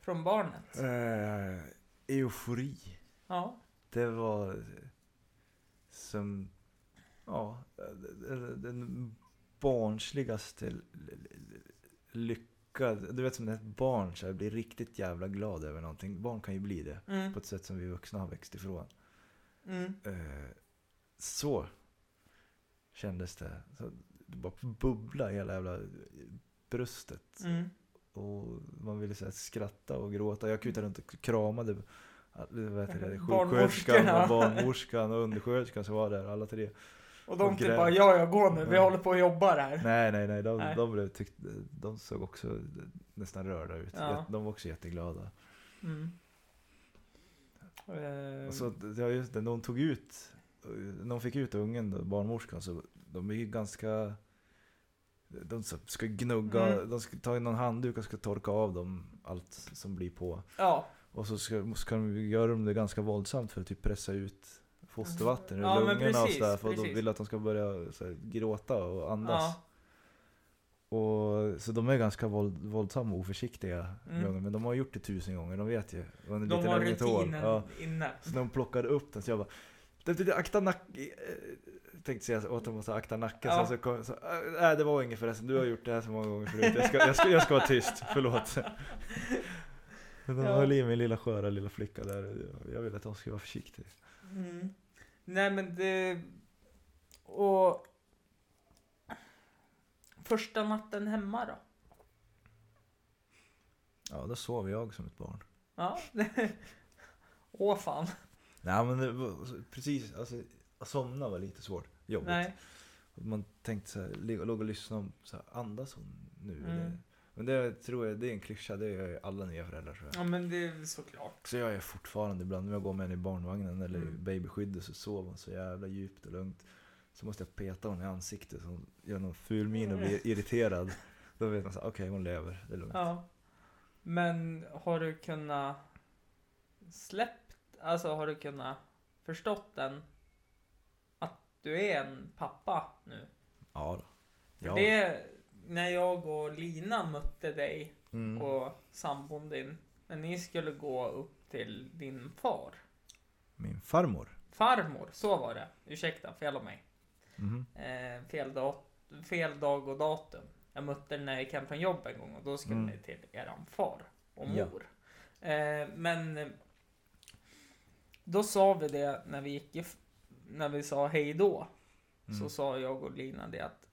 Speaker 4: från barnet.
Speaker 3: Eh, eufori.
Speaker 4: Ja.
Speaker 3: Det var eh, som, ja, eh, den barnsligaste lycka. Du vet som när ett barn så här blir riktigt jävla glad över någonting. Barn kan ju bli det
Speaker 4: Mm,
Speaker 3: på ett sätt som vi vuxna har växt ifrån.
Speaker 4: mm,
Speaker 3: Eh, Så kändes det. Så det bara bubbla i hela jävla bröstet.
Speaker 4: mm.
Speaker 3: Och man ville så här skratta och gråta. Jag kutade runt och kramade vad heter ah, det, sjuksköterskan,
Speaker 4: Barnmorskorna.
Speaker 3: och barnmorskan och undersköterskan som var där, alla tre.
Speaker 4: Och de
Speaker 3: Och
Speaker 4: typ
Speaker 3: grä-
Speaker 4: bara ja, jag går nu. Vi
Speaker 3: Ja.
Speaker 4: håller på och jobbar här.
Speaker 3: Nej, nej, nej. De,
Speaker 4: Nej.
Speaker 3: De, blev tyck, de såg också nästan rörda ut.
Speaker 4: Ja.
Speaker 3: Jät- De var också jätteglada.
Speaker 4: Mm. Ehm,
Speaker 3: Och så, ja, just det, när hon tog ut, när hon fick ut ungen, då, barnmorskan, så de är ju ganska... De så- ska gnugga,
Speaker 4: Mm.
Speaker 3: de ska ta någon handduk och ska torka av dem allt som blir på.
Speaker 4: ja.
Speaker 3: Och så ska, ska de ju göra dem det ganska våldsamt för att typ pressa ut fostervatten ur
Speaker 4: Ja, men
Speaker 3: lungorna och
Speaker 4: precis,
Speaker 3: sådär. För de
Speaker 4: precis.
Speaker 3: vill att de ska börja så här, gråta och andas.
Speaker 4: ja.
Speaker 3: Och, så de är ganska våld, våldsamma och oförsiktiga
Speaker 4: Mm.
Speaker 3: gånger, men de har gjort det tusen gånger, de vet ju. Och en
Speaker 4: De
Speaker 3: liten
Speaker 4: har
Speaker 3: unge tår.
Speaker 4: rutinen
Speaker 3: Ja.
Speaker 4: inne.
Speaker 3: Så när de plockade upp den så jag bara "Du, du, du, Akta nacken, tänkte säga åt dem att så här, akta nacken. Sen
Speaker 4: Ja.
Speaker 3: så kom, så, "Äh, nej det var inget förresten, du har gjort det här så många gånger förut. Jag ska, jag ska, jag ska vara tyst, förlåt. Men de
Speaker 4: Ja.
Speaker 3: höll i min lilla sköra lilla flicka där. Jag ville att de skulle vara försiktiga.
Speaker 4: Mm. Nej men det... Och... Första natten hemma då?
Speaker 3: Ja, då sov jag som ett barn.
Speaker 4: Ja. Åh fan.
Speaker 3: Nej men det var, precis, alltså att somna var lite svårt. Jobbigt.
Speaker 4: Nej.
Speaker 3: Och Man tänkte så här, ligga- låg och lyssnade om, så här, andas hon nu?
Speaker 4: Mm.
Speaker 3: Eller? Men det tror jag, det är en klyscha, det gör ju alla nya föräldrar tror jag.
Speaker 4: Ja men det är såklart.
Speaker 3: Så jag är fortfarande ibland, när jag går med henne i barnvagnen eller i
Speaker 4: Mm.
Speaker 3: babyskyddet så sover hon så jävla djupt och lugnt. Så måste jag peta hon i ansiktet så hon gör någon ful min och
Speaker 4: Mm.
Speaker 3: blir irriterad. Då vet man så här, okej hon lever, det är lugnt.
Speaker 4: Ja. Men har du kunnat släppt, alltså har du kunnat förstått den? Att du är en pappa nu?
Speaker 3: Ja då.
Speaker 4: För
Speaker 3: Ja.
Speaker 4: det, när jag och Lina mötte dig
Speaker 3: Mm.
Speaker 4: och sambon din, när ni skulle gå upp till din far,
Speaker 3: Min farmor.
Speaker 4: farmor, så var det, ursäkta, fel av mig.
Speaker 3: Mhm.
Speaker 4: eh, fel, dat- fel dag och datum. Jag mötte den när jag gick hem från jobb en gång och då skulle
Speaker 3: Mm.
Speaker 4: ni till eran far och
Speaker 3: Ja.
Speaker 4: mor. Eh, men eh, då sa vi det när vi gick if- när vi sa hej då. Så
Speaker 3: Mm.
Speaker 4: sa jag och Lina det att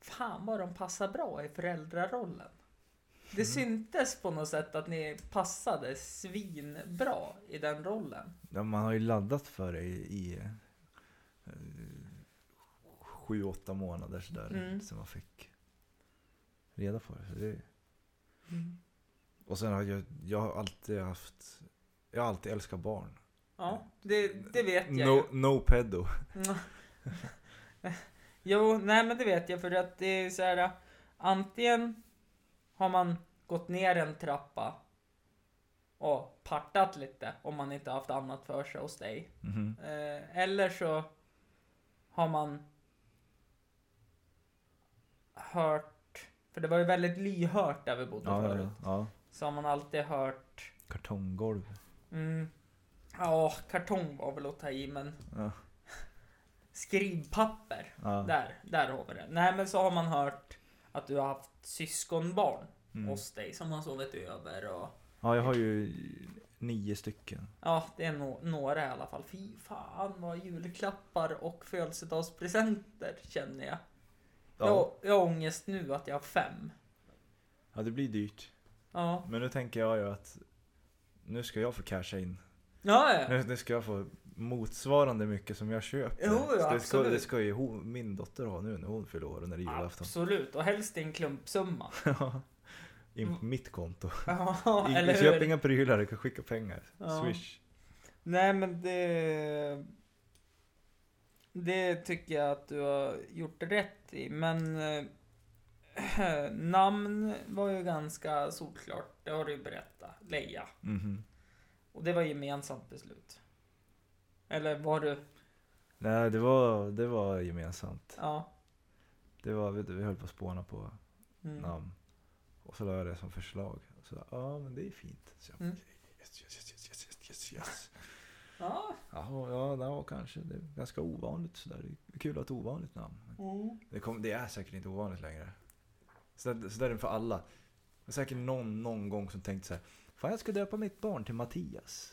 Speaker 4: Fan vad de passar bra i föräldrarollen. Det
Speaker 3: Mm.
Speaker 4: syntes på något sätt att ni passade svinbra i den rollen.
Speaker 3: Ja, man har ju laddat för det i, i eh, sju, åtta månader sådär.
Speaker 4: Mm.
Speaker 3: Så man fick reda på det. Så det Mm. och sen har jag, jag har alltid haft, jag har alltid älskat barn.
Speaker 4: Ja, det, det vet jag ju.
Speaker 3: No, no pedo.
Speaker 4: Jo, nej men det vet jag för att det är så här antingen har man gått ner en trappa och partat lite om man inte haft annat för sig hos dig.
Speaker 3: Mhm.
Speaker 4: Eh, eller så har man hört, för det var ju väldigt lyhört där vi bodde
Speaker 3: Ja,
Speaker 4: förut.
Speaker 3: ja, ja.
Speaker 4: Så har man alltid hört,
Speaker 3: Kartonggolv.
Speaker 4: mm, ja kartong var väl att ta i men
Speaker 3: Ja.
Speaker 4: skrivpapper.
Speaker 3: Ja.
Speaker 4: Där, där har vi det. Nej men så har man hört att du har haft syskonbarn
Speaker 3: Mm.
Speaker 4: hos dig som har sovit över och
Speaker 3: ja, jag har ju nio stycken.
Speaker 4: Ja, det är no- några i alla fall. Fy fan vad julklappar och födelsedagspresenter känner jag.
Speaker 3: Ja.
Speaker 4: Jag, jag har ångest nu att jag har fem.
Speaker 3: ja, det blir dyrt.
Speaker 4: Ja,
Speaker 3: Men nu tänker jag ju att nu ska jag få casha in.
Speaker 4: ja, ja.
Speaker 3: Nu, nu ska jag få motsvarande mycket som jag köper.
Speaker 4: Jo, jo,
Speaker 3: Så det, ska,
Speaker 4: absolut.
Speaker 3: det ska ju hon, min dotter ha nu när hon fyller år och när det är julafton.
Speaker 4: absolut. Och helst i en klumpsumma.
Speaker 3: In på mitt konto.
Speaker 4: Mm. Ja,
Speaker 3: I,
Speaker 4: eller
Speaker 3: köp
Speaker 4: hur?
Speaker 3: inga prylar, du kan skicka pengar.
Speaker 4: Ja.
Speaker 3: Swish.
Speaker 4: Nej men det... Det tycker jag att du har gjort rätt i, men... Eh, namn var ju ganska solklart, det har du ju berättat. Leia.
Speaker 3: Mhm.
Speaker 4: Och det var gemensamt beslut. Eller var du...
Speaker 3: Nej, det var, det var gemensamt.
Speaker 4: Ja.
Speaker 3: Det var, vi, vi höll på att spåna på
Speaker 4: Mm.
Speaker 3: namn. Och så la jag det som förslag. Och så ja men det är fint. Så jag,
Speaker 4: Mm.
Speaker 3: yes, yes, yes, yes, yes, yes, yes.
Speaker 4: Ja.
Speaker 3: Jaha, ja, ja, kanske. Det är ganska ovanligt sådär. Det är kul att ha ett ovanligt namn.
Speaker 4: Mm.
Speaker 3: Det, kom, det är säkert inte ovanligt längre. Så där, så där är det för alla. Det är säkert någon, någon gång som tänkt så här. Fan jag ska döpa mitt barn till Mattias.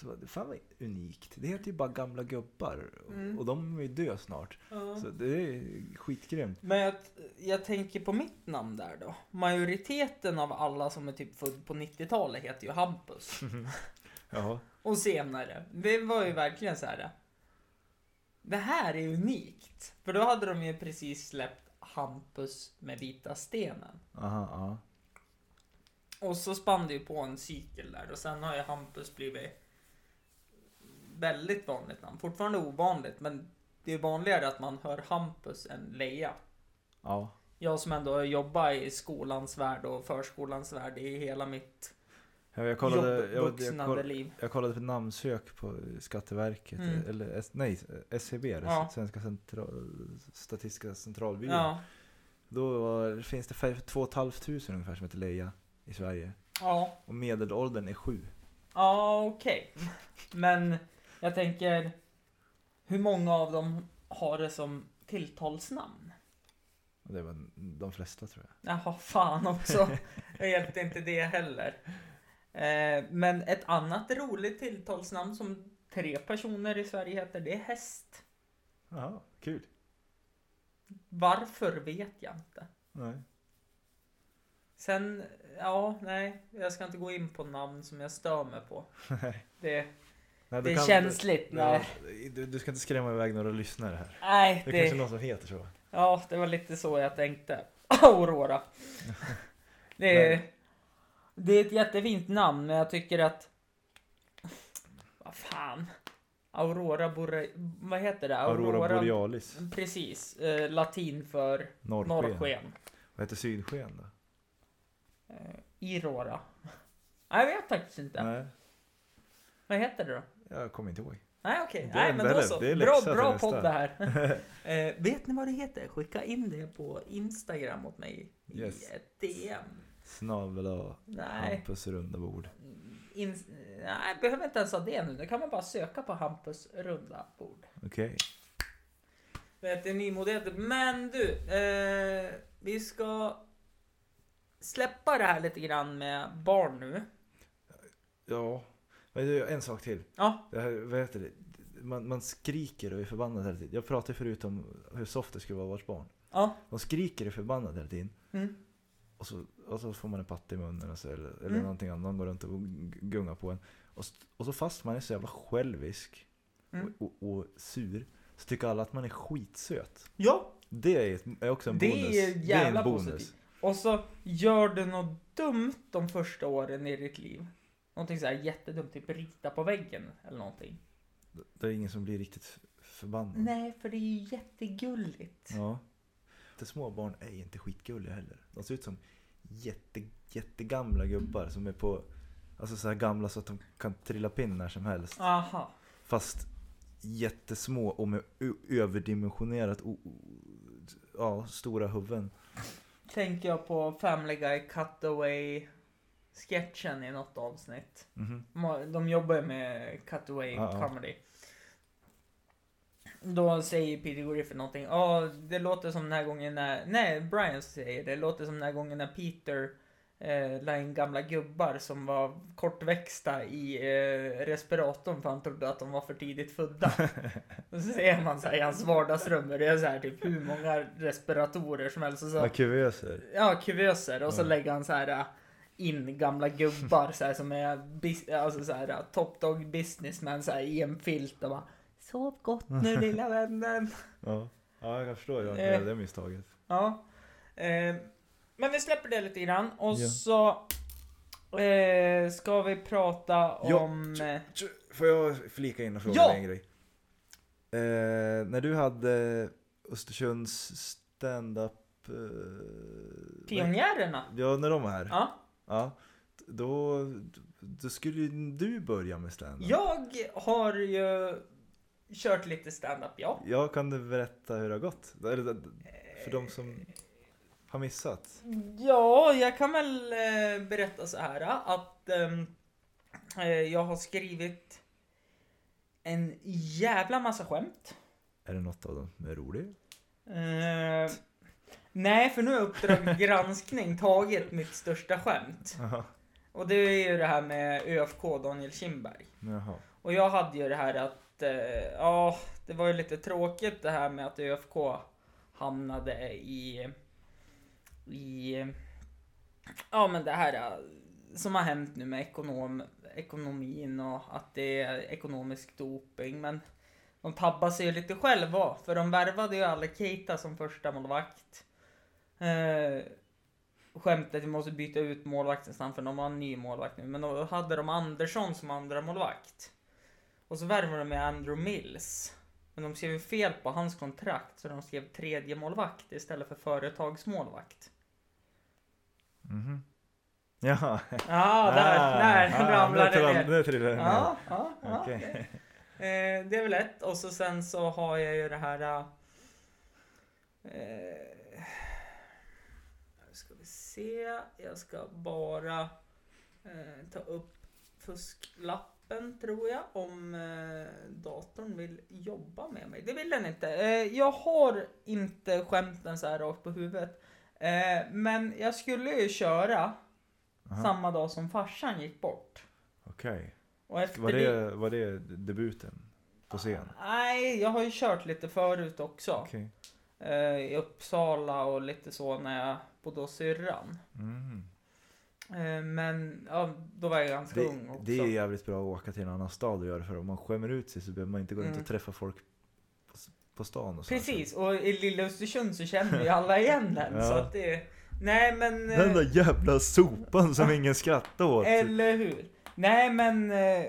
Speaker 3: Så, bara, fan vad unikt. Det heter ju bara gamla gubbar. Och-
Speaker 4: Mm.
Speaker 3: Och de är ju dö snart.
Speaker 4: Ja.
Speaker 3: Så det är skitgrymt.
Speaker 4: Men jag, jag tänker på mitt namn där då. Majoriteten av alla som är typ född på 90-talet heter ju Hampus.
Speaker 3: Jaha.
Speaker 4: Och senare. Det var ju verkligen så här. Det här är unikt. För då hade de ju precis släppt Hampus med Vita stenen.
Speaker 3: Aha, ja.
Speaker 4: Och så spann det ju på en cykel där och sen har ju Hampus blivit väldigt vanligt namn. Fortfarande ovanligt men det är vanligare att man hör Hampus än Leia.
Speaker 3: Ja.
Speaker 4: Jag som ändå har jobbat i skolans värld och förskolans värld i hela mitt
Speaker 3: Jag kollade, jag, jag,
Speaker 4: jobbvuxnande
Speaker 3: koll-
Speaker 4: liv.
Speaker 3: jag kollade för namnsök på Skatteverket,
Speaker 4: Mm.
Speaker 3: eller S- E nej, SCB,
Speaker 4: Ja.
Speaker 3: Svenska central, Statistiska centralbyrån.
Speaker 4: Ja.
Speaker 3: Då var, finns det fe- två och ett halvt tusen ungefär som heter Leia i Sverige.
Speaker 4: ja.
Speaker 3: Och medelåldern är sju.
Speaker 4: Ja, okej. Men jag tänker, hur många av dem har det som tilltalsnamn?
Speaker 3: Och det var de flesta tror jag.
Speaker 4: Jaha, fan också. Jag hjälpte inte det heller. Eh, Men ett annat roligt tilltalsnamn som tre personer i Sverige heter, det är häst.
Speaker 3: Jaha, kul.
Speaker 4: Varför vet jag inte.
Speaker 3: Nej.
Speaker 4: Sen, ja, nej, jag ska inte gå in på namn som jag stör mig på. Det,
Speaker 3: Nej,
Speaker 4: det
Speaker 3: du
Speaker 4: är
Speaker 3: kan-
Speaker 4: känsligt.
Speaker 3: Ja,
Speaker 4: Nej,
Speaker 3: du, du ska inte skrämma iväg några lyssnare här.
Speaker 4: nej
Speaker 3: Det är kanske någon som heter så.
Speaker 4: Ja, det var lite så jag tänkte. Aurora. Det är, det är ett jättefint namn, men jag tycker att... Vad fan. Aurora Bore... Vad heter det?
Speaker 3: Aurora, Borealis.
Speaker 4: Precis. Eh, latin för
Speaker 3: Norrsken.
Speaker 4: norrsken.
Speaker 3: Vad heter sydsken då?
Speaker 4: Eh, Irora. Nej, jag vet faktiskt inte.
Speaker 3: Nej,
Speaker 4: Vad heter det då?
Speaker 3: jag kommer inte ihåg.
Speaker 4: Nej okej,
Speaker 3: Det är
Speaker 4: Nej
Speaker 3: en
Speaker 4: men då
Speaker 3: väldigt-
Speaker 4: så.
Speaker 3: det är
Speaker 4: Bra,
Speaker 3: läxa för
Speaker 4: bra
Speaker 3: nästa.
Speaker 4: podd det här. eh, vet ni vad det heter? Skicka in det på Instagram åt mig. i
Speaker 3: Yes.
Speaker 4: ett DM.
Speaker 3: Snabel och
Speaker 4: Nej.
Speaker 3: Hampus runda bord.
Speaker 4: Ins- Nej, behöver inte ens ha det nu. Nu kan man bara söka på Hampus runda bord.
Speaker 3: Okej.
Speaker 4: Vet, Det är nymodigheter. Men du, eh, vi ska släppa det här lite grann med barn nu.
Speaker 3: Ja. Men det är en sak till.
Speaker 4: Ja,
Speaker 3: Det här, vad heter det? Man, man skriker och är förbannad hela tiden. Jag pratade förut om hur soft det skulle vara att vara barn.
Speaker 4: ja.
Speaker 3: De skriker och är förbannade hela tiden.
Speaker 4: Mm.
Speaker 3: Och så, och så får man en patte i munnen och så, eller, eller
Speaker 4: Mm.
Speaker 3: någonting annat. Någon går runt och g- gungar på en. Och, s- och så fast man är så jävla självisk
Speaker 4: Mm.
Speaker 3: och, och, och sur så tycker alla att man är skitsöt.
Speaker 4: Ja,
Speaker 3: Det är, ett, är också en
Speaker 4: Det
Speaker 3: bonus.
Speaker 4: är jävla positivt. Och så gör du något dumt de första åren i ditt liv. Någonting så här jättedumt, typ rita på väggen eller någonting.
Speaker 3: Det är ingen som blir riktigt förbannad.
Speaker 4: Nej, för det är ju jättegulligt.
Speaker 3: Ja. Inte små barn är inte skitgulliga heller. De ser ut som jätte, jättegamla gubbar som är på... Alltså så här gamla så att de kan trilla pinn när som helst.
Speaker 4: Aha.
Speaker 3: Fast jättesmå och med ö- överdimensionerat o- o- ja, stora huvuden.
Speaker 4: Tänker jag på Family Guy Cutaway sketchen i något avsnitt.
Speaker 3: Mhm.
Speaker 4: Ma- De jobbar ju med cutaway
Speaker 3: Ja, ja.
Speaker 4: comedy. Då säger Peter Griffin någonting. Ja, det låter som den här gången när... Nej, Brian säger det. Det låter som den här gången när Peter eh, la in gamla gubbar som var kortväxta i eh, respiratorn för han trodde att de var för tidigt födda. Och så ser man så här i hans vardagsrum och det är så här typ hur många respiratorer som helst. Och så
Speaker 3: Vad kuvöser.
Speaker 4: Ja, kuvöser och så
Speaker 3: Ja.
Speaker 4: lägger han så här äh, in gamla gubbar så här, som är bis- alltså så här, äh, top dog businessman så här, i en filt och bara Sov gott nu lilla vännen.
Speaker 3: Ja. ja, jag förstår ju att
Speaker 4: Eh.
Speaker 3: det det misstaget.
Speaker 4: Ja. Eh, men vi släpper det lite grann och
Speaker 3: Ja.
Speaker 4: så eh, ska vi prata
Speaker 3: Ja.
Speaker 4: om... eh,
Speaker 3: Tj, Får jag flika in och fråga
Speaker 4: Ja!
Speaker 3: dig en grej? Eh, när du hade Östersunds stand-up... Eh,
Speaker 4: pionjärerna.
Speaker 3: Ja, när de var här.
Speaker 4: Ja.
Speaker 3: Ja. Då, då skulle ju du börja med stand-up.
Speaker 4: Jag har ju kört lite stand-up ja.
Speaker 3: Ja, kan du berätta hur det har gått? Eller, för de som har missat.
Speaker 4: Ja, jag kan väl eh, berätta så här eh, att ehm, eh, jag har skrivit en jävla massa skämt.
Speaker 3: Är det något av dem som är roligt?
Speaker 4: Eh, nej, för nu har Uppdrag granskning tagit mitt största skämt.
Speaker 3: Jaha.
Speaker 4: Och det är ju det här med ÖFK Daniel Kindberg.
Speaker 3: Jaha.
Speaker 4: Och jag hade ju det här att, eh, ja, det var ju lite tråkigt det här med att ÖFK hamnade i, i, ja men det här eh, som har hänt nu med ekonom, ekonomin och att det är ekonomisk doping. Men de tabbar sig ju lite själva, för de värvade ju alla Keita som första målvakt. Eh, skämtet vi måste byta ut målvaktens namn för de har en ny målvakt nu. Men då hade de Andersson som andra målvakt Och så värvade de med Andrew Mills. Men de skrev ju fel på hans kontrakt så de skrev tredje målvakt istället för företagsmålvakt.
Speaker 3: Mhm. Jaha.
Speaker 4: Ja, Ah, där, där ramlade
Speaker 3: Ah, nu
Speaker 4: det
Speaker 3: trillar-
Speaker 4: ner.
Speaker 3: Nu trillar det ner.
Speaker 4: Ja, ja, ja.
Speaker 3: Okej.
Speaker 4: Eh, det är väl ett. Och så sen så har jag ju det här... Eh, nu ska vi se. Jag ska bara eh, ta upp fusklappen tror jag. Om eh, datorn vill jobba med mig. Det vill den inte. Eh, jag har inte skämten så här rakt på huvudet. Eh, men jag skulle ju köra
Speaker 3: Aha.
Speaker 4: samma dag som farsan gick bort.
Speaker 3: Okej.
Speaker 4: Och efter
Speaker 3: Var det, var det debuten på scen?
Speaker 4: Nej, jag har ju kört lite förut också.
Speaker 3: Okej.
Speaker 4: Eh, I Uppsala och lite så när jag bodde hos syrran.
Speaker 3: Mm.
Speaker 4: Eh, men ja, då var jag ganska ung
Speaker 3: Det,
Speaker 4: också.
Speaker 3: det är jävligt bra att åka till en annan stad och göra det för om man skämmer ut sig så behöver man inte gå runt
Speaker 4: Mm.
Speaker 3: och träffa folk på, s- på stan och så.
Speaker 4: Precis, och i lilla Östersund så känner ju alla igen den.
Speaker 3: Ja.
Speaker 4: Så att det... Nej men... eh,
Speaker 3: Den där jävla sopan som ingen skrattar åt.
Speaker 4: Eller hur? Nej men... eh,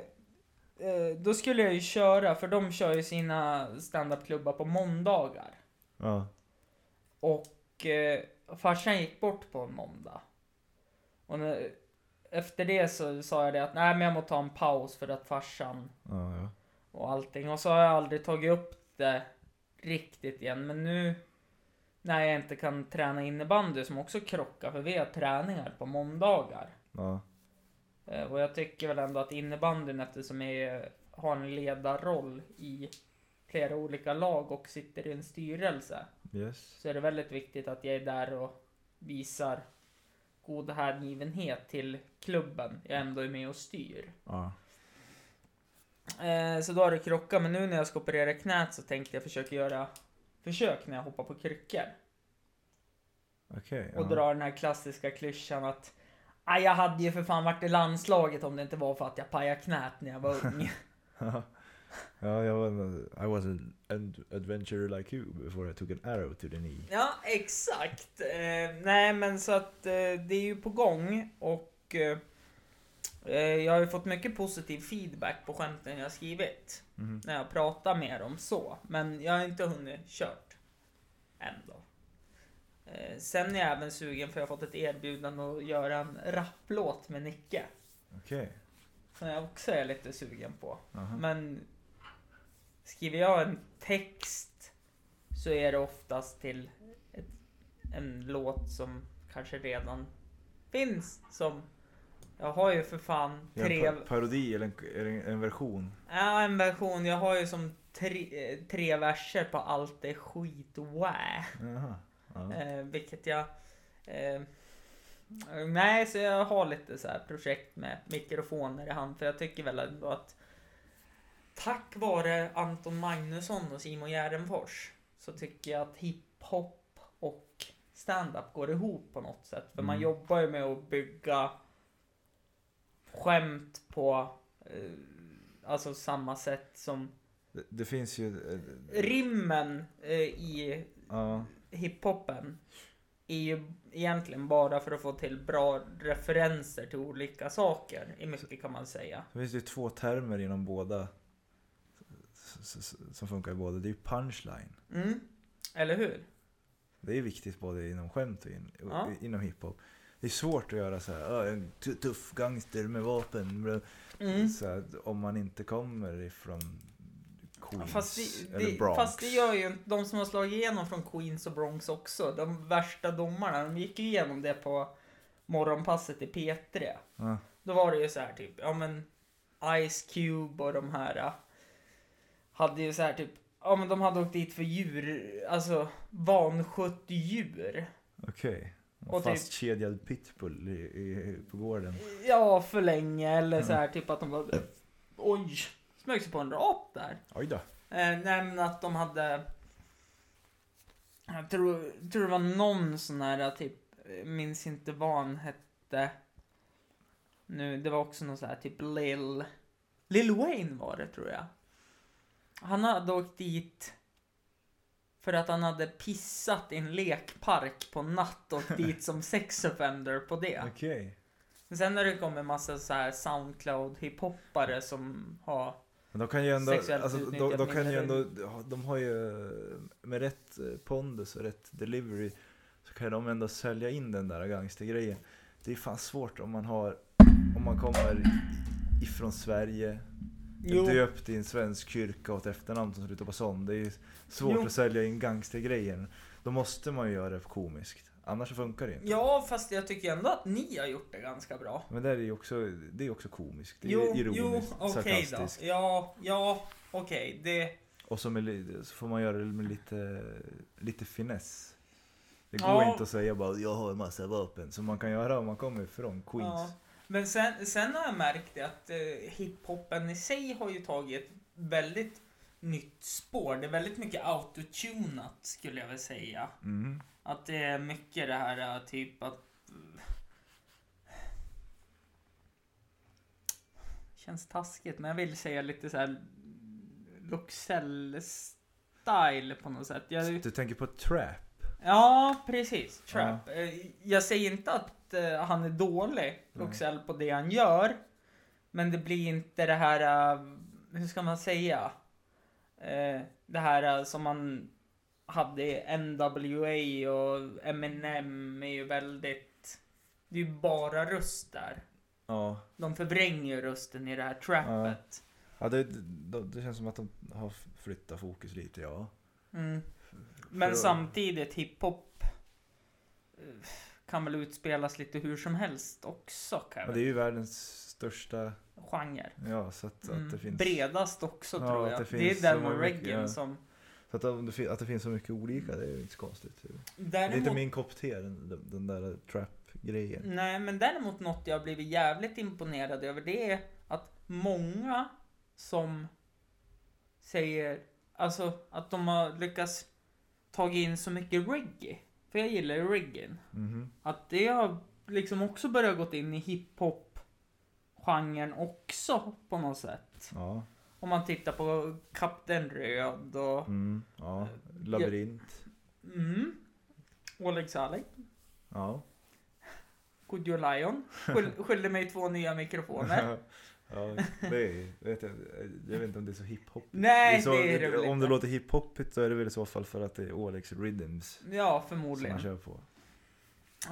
Speaker 4: eh, Då skulle jag ju köra, för de kör ju sina standupklubbar på måndagar.
Speaker 3: Ja.
Speaker 4: Och eh, farsan gick bort på en måndag. Och när, efter det så sa jag det att nej men jag måste ta en paus för att farsan
Speaker 3: Ja, ja.
Speaker 4: och allting. Och så har jag aldrig tagit upp det riktigt igen. Men nu när jag inte kan träna innebandy som också krockar för vi har träningar på måndagar.
Speaker 3: ja.
Speaker 4: Eh, Och jag tycker väl ändå att innebandyn eftersom jag är- har en ledarroll i flera olika lag och sitter i en styrelse
Speaker 3: Yes.
Speaker 4: så är det väldigt viktigt att jag är där och visar god hängivenhet till klubben jag ändå är med och styr.
Speaker 3: Ja.
Speaker 4: Eh, så då har det krockat, men nu när jag ska operera knät så tänkte jag försöka göra försök när jag hoppar på kryckor.
Speaker 3: Okej.
Speaker 4: Och
Speaker 3: ja.
Speaker 4: dra den här klassiska klyschan att "Aj, jag hade ju för fan varit i landslaget om det inte var för att jag pajade knät när jag var ung.
Speaker 3: ja, jag var, I was an ad- adventurer like you before I took an arrow to the knee.
Speaker 4: Ja, exakt. Eh, nej, men så att eh, det är ju på gång och eh, eh, jag har ju fått mycket positiv feedback på skämten jag skrivit
Speaker 3: Mhm.
Speaker 4: när jag pratar med dem så. Men jag har inte hunnit kört än då. Eh, sen är jag även sugen för jag har fått ett erbjudande att göra en rapplåt med Nicke.
Speaker 3: Okej.
Speaker 4: Som jag också är lite sugen på.
Speaker 3: Aha.
Speaker 4: Men skriver jag en text så är det oftast till ett, en låt som kanske redan finns. Som jag har ju för fan
Speaker 3: Är det
Speaker 4: tre...
Speaker 3: En pa- parodi eller en, är det en version?
Speaker 4: Ja, en version. Jag har ju som tre, eh, tre verser på allt är skit wah.
Speaker 3: Jaha. Ja.
Speaker 4: Eh, vilket jag... Eh, nej, så jag har lite så här projekt med mikrofoner i hand. För jag tycker väl ändå att tack vare Anton Magnusson och Simon Gärdenfors så tycker jag att hiphop och stand-up går ihop på något sätt. För man
Speaker 3: Mm.
Speaker 4: jobbar ju med att bygga skämt på eh, alltså samma sätt som
Speaker 3: Det, det finns ju... eh,
Speaker 4: rimmen eh, i
Speaker 3: Ja.
Speaker 4: hiphopen är ju egentligen bara för att få till bra referenser till olika saker. I mycket kan man säga.
Speaker 3: Det finns ju två termer inom båda. s- s- s- Som funkar i båda. Det är ju punchline.
Speaker 4: Mm. Eller hur?
Speaker 3: Det är viktigt både inom skämt och, in, och
Speaker 4: Ja.
Speaker 3: inom hiphop. Det är svårt att göra så här, "Ah, en tu- tuff gangster med vapen. bla."
Speaker 4: Mm.
Speaker 3: Så här, om man inte kommer ifrån Queens
Speaker 4: Fast det,
Speaker 3: Mm. eller
Speaker 4: det,
Speaker 3: Bronx.
Speaker 4: fast det gör ju inte- de som har slagit igenom från Queens och Bronx också. De värsta domarna, de gick ju igenom det på morgonpasset i P3.
Speaker 3: Ja,
Speaker 4: Då var det ju så här typ, ja men Ice Cube och de här äh, hade ju så här typ, ja men de hade åkt dit för djur, alltså vanskött djur.
Speaker 3: Okej.
Speaker 4: Och typ-
Speaker 3: Fastkedjad pitbull i, i, på gården.
Speaker 4: Ja, för länge eller så
Speaker 3: Ja.
Speaker 4: här typ att de bara Oj! Smög sig på en rap där.
Speaker 3: Oj då.
Speaker 4: Eh, nej men att de hade Jag tror, tror det var någon sån här typ eh, Minns inte vad han hette Nu, det var också någon sån här typ Lil Lil Wayne var det tror jag Han hade åkt dit för att han hade pissat i en lekpark på natt och åkt dit som sex offender på det.
Speaker 3: Okej.
Speaker 4: Men Sen när det kommer massa så här Soundcloud hiphoppare som har...
Speaker 3: Men de kan ju ändå,
Speaker 4: Sexuellt
Speaker 3: alltså, de,
Speaker 4: utnyttjat
Speaker 3: de kan ju ändå,
Speaker 4: minderårig.
Speaker 3: de har ju med rätt eh, pondus och rätt delivery så kan de ändå sälja in den där gangstergrejen. Det är fan svårt om man har, om man kommer ifrån Sverige, döpt i en svensk kyrka och ett efternamn som slutar på sån. Det är ju svårt
Speaker 4: Jo.
Speaker 3: att sälja in gangstergrejen. Då måste man ju göra det komiskt, annars så funkar det inte.
Speaker 4: Ja, fast jag tycker ändå att ni har gjort det ganska bra.
Speaker 3: Men det är ju också, det är också komiskt, det är
Speaker 4: jo,
Speaker 3: ironiskt,
Speaker 4: jo, okej då.
Speaker 3: sarkastiskt.
Speaker 4: Ja, ja, okej. Det...
Speaker 3: Och så, med, li- så får man göra det med lite, lite finess. Det går
Speaker 4: Ja.
Speaker 3: inte att säga bara jag har en massa vapen som man kan göra om man kommer från Queens.
Speaker 4: Ja. Men sen, sen har jag märkt det att eh, hiphopen i sig har ju tagit ett väldigt nytt spår. Det är väldigt mycket autotunat skulle jag väl säga.
Speaker 3: Mm.
Speaker 4: Att det är mycket det här eh, typ att... Känns taskigt men jag vill säga lite så här Luxell-style på något sätt. Jag,
Speaker 3: Du tänker på trap?
Speaker 4: ja, precis. Trap. Eh, Jag säger inte att eh, han är dålig,
Speaker 3: Nej.
Speaker 4: Luxell, på det han gör. Men det blir inte det här, eh, hur ska man säga? Eh, Det här eh, som man hade i NWA och Eminem är ju väldigt... Det är ju bara röst där.
Speaker 3: Ja.
Speaker 4: De förvränger ju rösten i det här trappet.
Speaker 3: ja det, det, det känns som att de har flyttat fokus lite, ja.
Speaker 4: Mm. Men
Speaker 3: För-
Speaker 4: samtidigt, hiphop eh, kan väl utspelas lite hur som helst också
Speaker 3: ja.
Speaker 4: kan
Speaker 3: Det är
Speaker 4: väl.
Speaker 3: ju världens största,
Speaker 4: Genre.
Speaker 3: ja, så att, att det
Speaker 4: Mm.
Speaker 3: finns...
Speaker 4: Bredast också
Speaker 3: Ja,
Speaker 4: tror
Speaker 3: att
Speaker 4: jag.
Speaker 3: det
Speaker 4: Det,
Speaker 3: finns
Speaker 4: är
Speaker 3: så
Speaker 4: den och
Speaker 3: mycket,
Speaker 4: reggae
Speaker 3: ja.
Speaker 4: som...
Speaker 3: Så att, om det, fin- att det finns så mycket olika, det är ju inte så konstigt. Det är
Speaker 4: Däremot,
Speaker 3: inte min kopp te, den, den- den där trap-grejen.
Speaker 4: Nej, men däremot något jag har blivit jävligt imponerad över det är att många som säger, alltså att de har lyckats tagit in så mycket reggae. För jag gillar ju reggae.
Speaker 3: Mhm.
Speaker 4: Att det har liksom också börjat gått in i hiphop-genren också på något sätt.
Speaker 3: Ja.
Speaker 4: Om man tittar på Kapten Röd och
Speaker 3: Mm. ja. Labyrint.
Speaker 4: mm, Oleg Saleh,
Speaker 3: Ja.
Speaker 4: Good Your Lion, Skyll- skyllde mig två nya mikrofoner.
Speaker 3: ja, det är, vet jag, jag vet inte om det är så hiphop.
Speaker 4: Nej,
Speaker 3: så,
Speaker 4: det är det väl
Speaker 3: Om
Speaker 4: inte.
Speaker 3: det låter hiphopigt så är det väl i så fall för att det är Olex Rhythms
Speaker 4: Ja,
Speaker 3: som
Speaker 4: förmodligen.
Speaker 3: man kör på.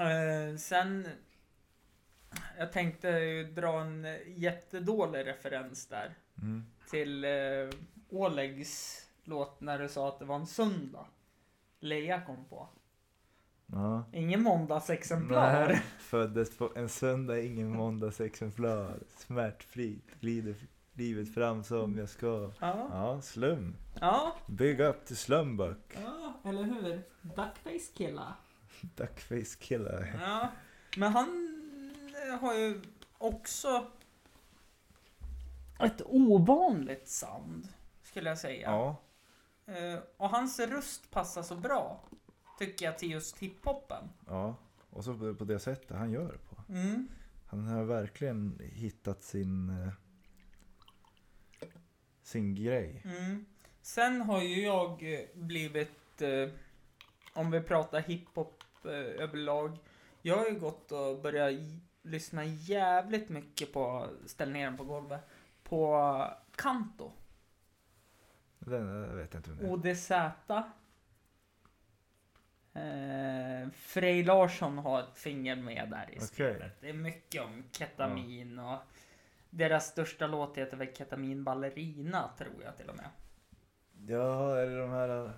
Speaker 4: Eh, sen... Jag tänkte ju dra en jättedålig referens där.
Speaker 3: Mm.
Speaker 4: Till eh, Olegs låt när du sa att det var en söndag. Leia kom på.
Speaker 3: Ja.
Speaker 4: Ingen måndagsexemplar.
Speaker 3: Nej, Föddes på en söndag, ingen måndagsexemplar. Smärtfritt, glider livet fram som jag ska.
Speaker 4: Ja,
Speaker 3: Ja, slum.
Speaker 4: ja,
Speaker 3: Big up till slumbuck.
Speaker 4: ja, eller hur? Duckface killa.
Speaker 3: Duckface killer.
Speaker 4: Ja, men han eh, har ju också ett ovanligt sound, skulle jag säga.
Speaker 3: Ja.
Speaker 4: Eh, och hans röst passar så bra, tycker jag, till just hiphopen.
Speaker 3: ja. Och så på- på det sättet han gör det på.
Speaker 4: Mm.
Speaker 3: Han har verkligen hittat sin... eh, Sin grej.
Speaker 4: Mm. Sen har ju jag eh, blivit, eh, om vi pratar hiphop eh, överlag, jag har ju gått och börjat j- lyssna jävligt mycket på, ställ ner den på golvet, på Kanto,
Speaker 3: Den jag vet inte om det är.
Speaker 4: ODZ. Eh, Frej Larsson har ett finger med där i
Speaker 3: Okej.
Speaker 4: Det är mycket om ketamin och deras största låt heter väl Ketamin Ballerina tror jag till och med.
Speaker 3: Ja, är det de här eh,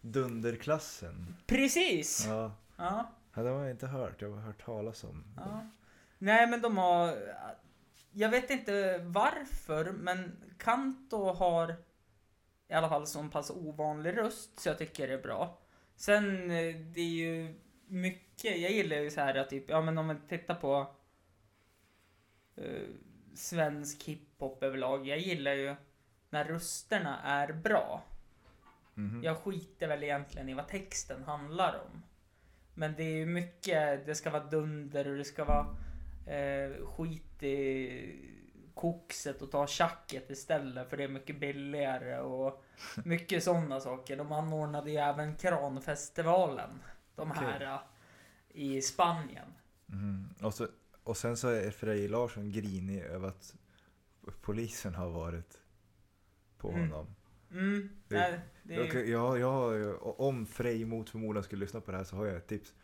Speaker 3: dunderklassen?
Speaker 4: Precis! Ja.
Speaker 3: Ja.
Speaker 4: Ja,
Speaker 3: ja, de har jag inte hört. Jag har hört talas om.
Speaker 4: Nej men de har... Jag vet inte varför men Kanto har i alla fall så en pass ovanlig röst så jag tycker det är bra. Sen eh, det är ju mycket, jag gillar ju så här att typ, ja men om man tittar på eh, svensk hiphop överlag, jag gillar ju när rösterna är bra.
Speaker 3: Mhm.
Speaker 4: Jag skiter väl egentligen i vad texten handlar om. Men det är ju mycket, det ska vara dunder och det ska vara eh, skit i kokset och ta tjacket istället för det är mycket billigare och mycket sådana saker. De anordnade ju även Kranfestivalen, de här
Speaker 3: Okej.
Speaker 4: eh, i Spanien.
Speaker 3: Mhm. Och, så, och sen så är Frej Larsson grinig över att polisen har varit på
Speaker 4: Mm.
Speaker 3: honom.
Speaker 4: Mm,
Speaker 3: Det-
Speaker 4: nej, det är ju,
Speaker 3: Jag, jag, jag, har ju- om Frej mot förmodan skulle lyssna på det här så har jag ett tips.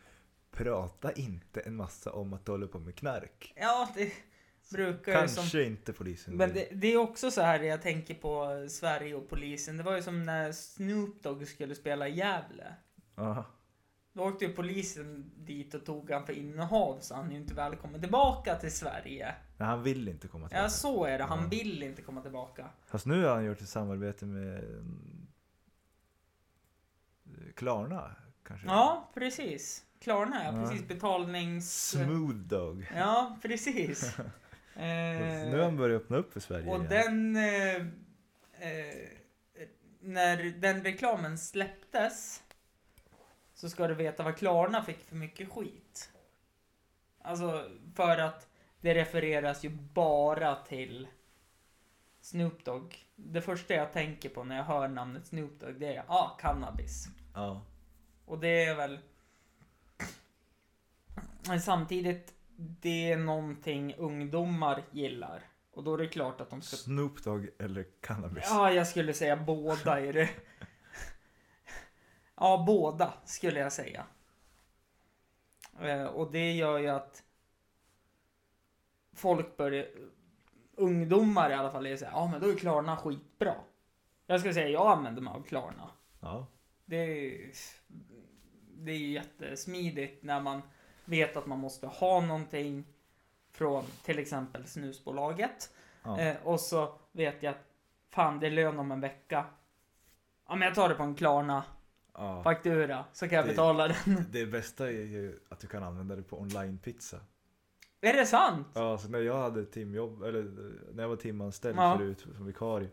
Speaker 3: Prata inte en massa om att du håller på med knark.
Speaker 4: ja, det brukar ju
Speaker 3: Kanske
Speaker 4: som
Speaker 3: inte polisen
Speaker 4: Men
Speaker 3: vill.
Speaker 4: det, det är också så här jag tänker på Sverige och polisen. Det var ju som när Snoop Dogg skulle spela i Gävle.
Speaker 3: Ja.
Speaker 4: Då åkte ju polisen dit och tog han för innehav så han är ju inte välkommen tillbaka till Sverige.
Speaker 3: Nej, han vill inte komma tillbaka.
Speaker 4: Ja, så är det. Han
Speaker 3: Ja.
Speaker 4: vill inte komma tillbaka.
Speaker 3: Fast nu har han gjort ett samarbete med mm, Klarna kanske?
Speaker 4: Ja, precis. Klarna, ja.
Speaker 3: Ja.
Speaker 4: Precis. Betalnings...
Speaker 3: Smooth Dog.
Speaker 4: Ja, precis. Eh,
Speaker 3: Nu har han börjat öppna upp för Sverige
Speaker 4: Och
Speaker 3: igen.
Speaker 4: den... Eh, eh, när den reklamen släpptes så ska du veta vad Klarna fick för mycket skit. Alltså, för att det refereras ju bara till Snoop Dogg. Det första jag tänker på när jag hör namnet Snoop Dogg det är ah, cannabis.
Speaker 3: Ja.
Speaker 4: Och det är väl... Men samtidigt, det är någonting ungdomar gillar. Och då är det klart att de ska
Speaker 3: Snoop Dogg eller cannabis?
Speaker 4: Ja, jag skulle säga båda är det. Ja, båda skulle jag säga. Eh, Och det gör ju att folk börjar, ungdomar i alla fall, är såhär, ja men då är Klarna skitbra. Jag skulle säga, jag använder mig av Klarna.
Speaker 3: Ja.
Speaker 4: Det är, det är ju jättesmidigt när man vet att man måste ha någonting från till exempel snusbolaget.
Speaker 3: Ja.
Speaker 4: Eh, och så vet jag att fan det är lön om en vecka. Ja men jag tar det på en Klarna-faktura
Speaker 3: ja.
Speaker 4: så kan jag
Speaker 3: Det-
Speaker 4: betala den.
Speaker 3: Det bästa är ju att du kan använda det på online-pizza.
Speaker 4: Är det sant?
Speaker 3: Ja, så när jag hade timjobb, eller när jag var timanställd
Speaker 4: Ja.
Speaker 3: förut som vikarie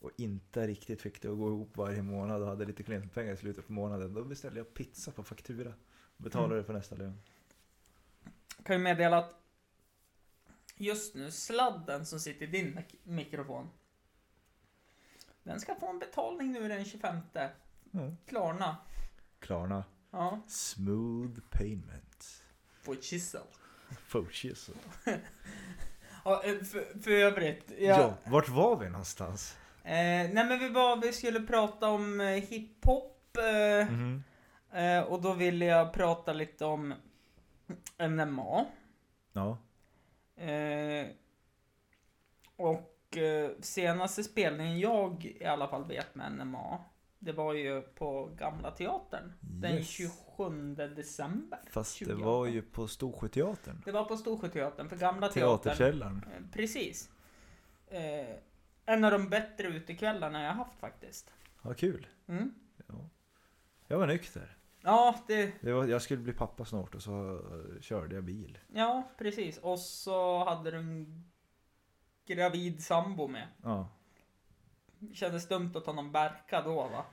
Speaker 3: och inte riktigt fick det att gå ihop varje månad och hade lite klientpengar i slutet på månaden. Då beställde jag pizza på faktura. Betalade
Speaker 4: Mm.
Speaker 3: det för nästa lön.
Speaker 4: kan ju meddela att just nu sladden som sitter i din mik- mikrofon den ska få en betalning nu den 25
Speaker 3: Ja.
Speaker 4: Klarna.
Speaker 3: Klarna.
Speaker 4: Ja.
Speaker 3: Smooth payment.
Speaker 4: På ett kissel.
Speaker 3: Fochies.
Speaker 4: Ja, eh, för, för övrigt.
Speaker 3: Ja.
Speaker 4: Jag,
Speaker 3: ja, vart var vi någonstans?
Speaker 4: Eh, nej men vi var, vi skulle prata om eh, hiphop eh,
Speaker 3: Mhm.
Speaker 4: eh, och då ville jag prata lite om MMA.
Speaker 3: Ja.
Speaker 4: Eh, och eh, senaste spelningen jag i alla fall vet med NMA, det var ju på Gamla Teatern. Den
Speaker 3: Yes.
Speaker 4: 27 december.
Speaker 3: Fast det
Speaker 4: 2018.
Speaker 3: var ju på Storsjöteatern.
Speaker 4: Det var på Storsjöteatern, för Gamla Teatern.
Speaker 3: Teaterkällaren.
Speaker 4: Eh, precis. Eh, en av de bättre utekvällarna jag haft faktiskt.
Speaker 3: Vad kul.
Speaker 4: Mm.
Speaker 3: Ja. Jag var nykter.
Speaker 4: Ja, det,
Speaker 3: Det var, jag skulle bli pappa snart och så eh, körde jag bil.
Speaker 4: ja, precis. Och så hade du en gravid sambo med.
Speaker 3: Ja.
Speaker 4: Kändes dumt att ta någon Berka då va?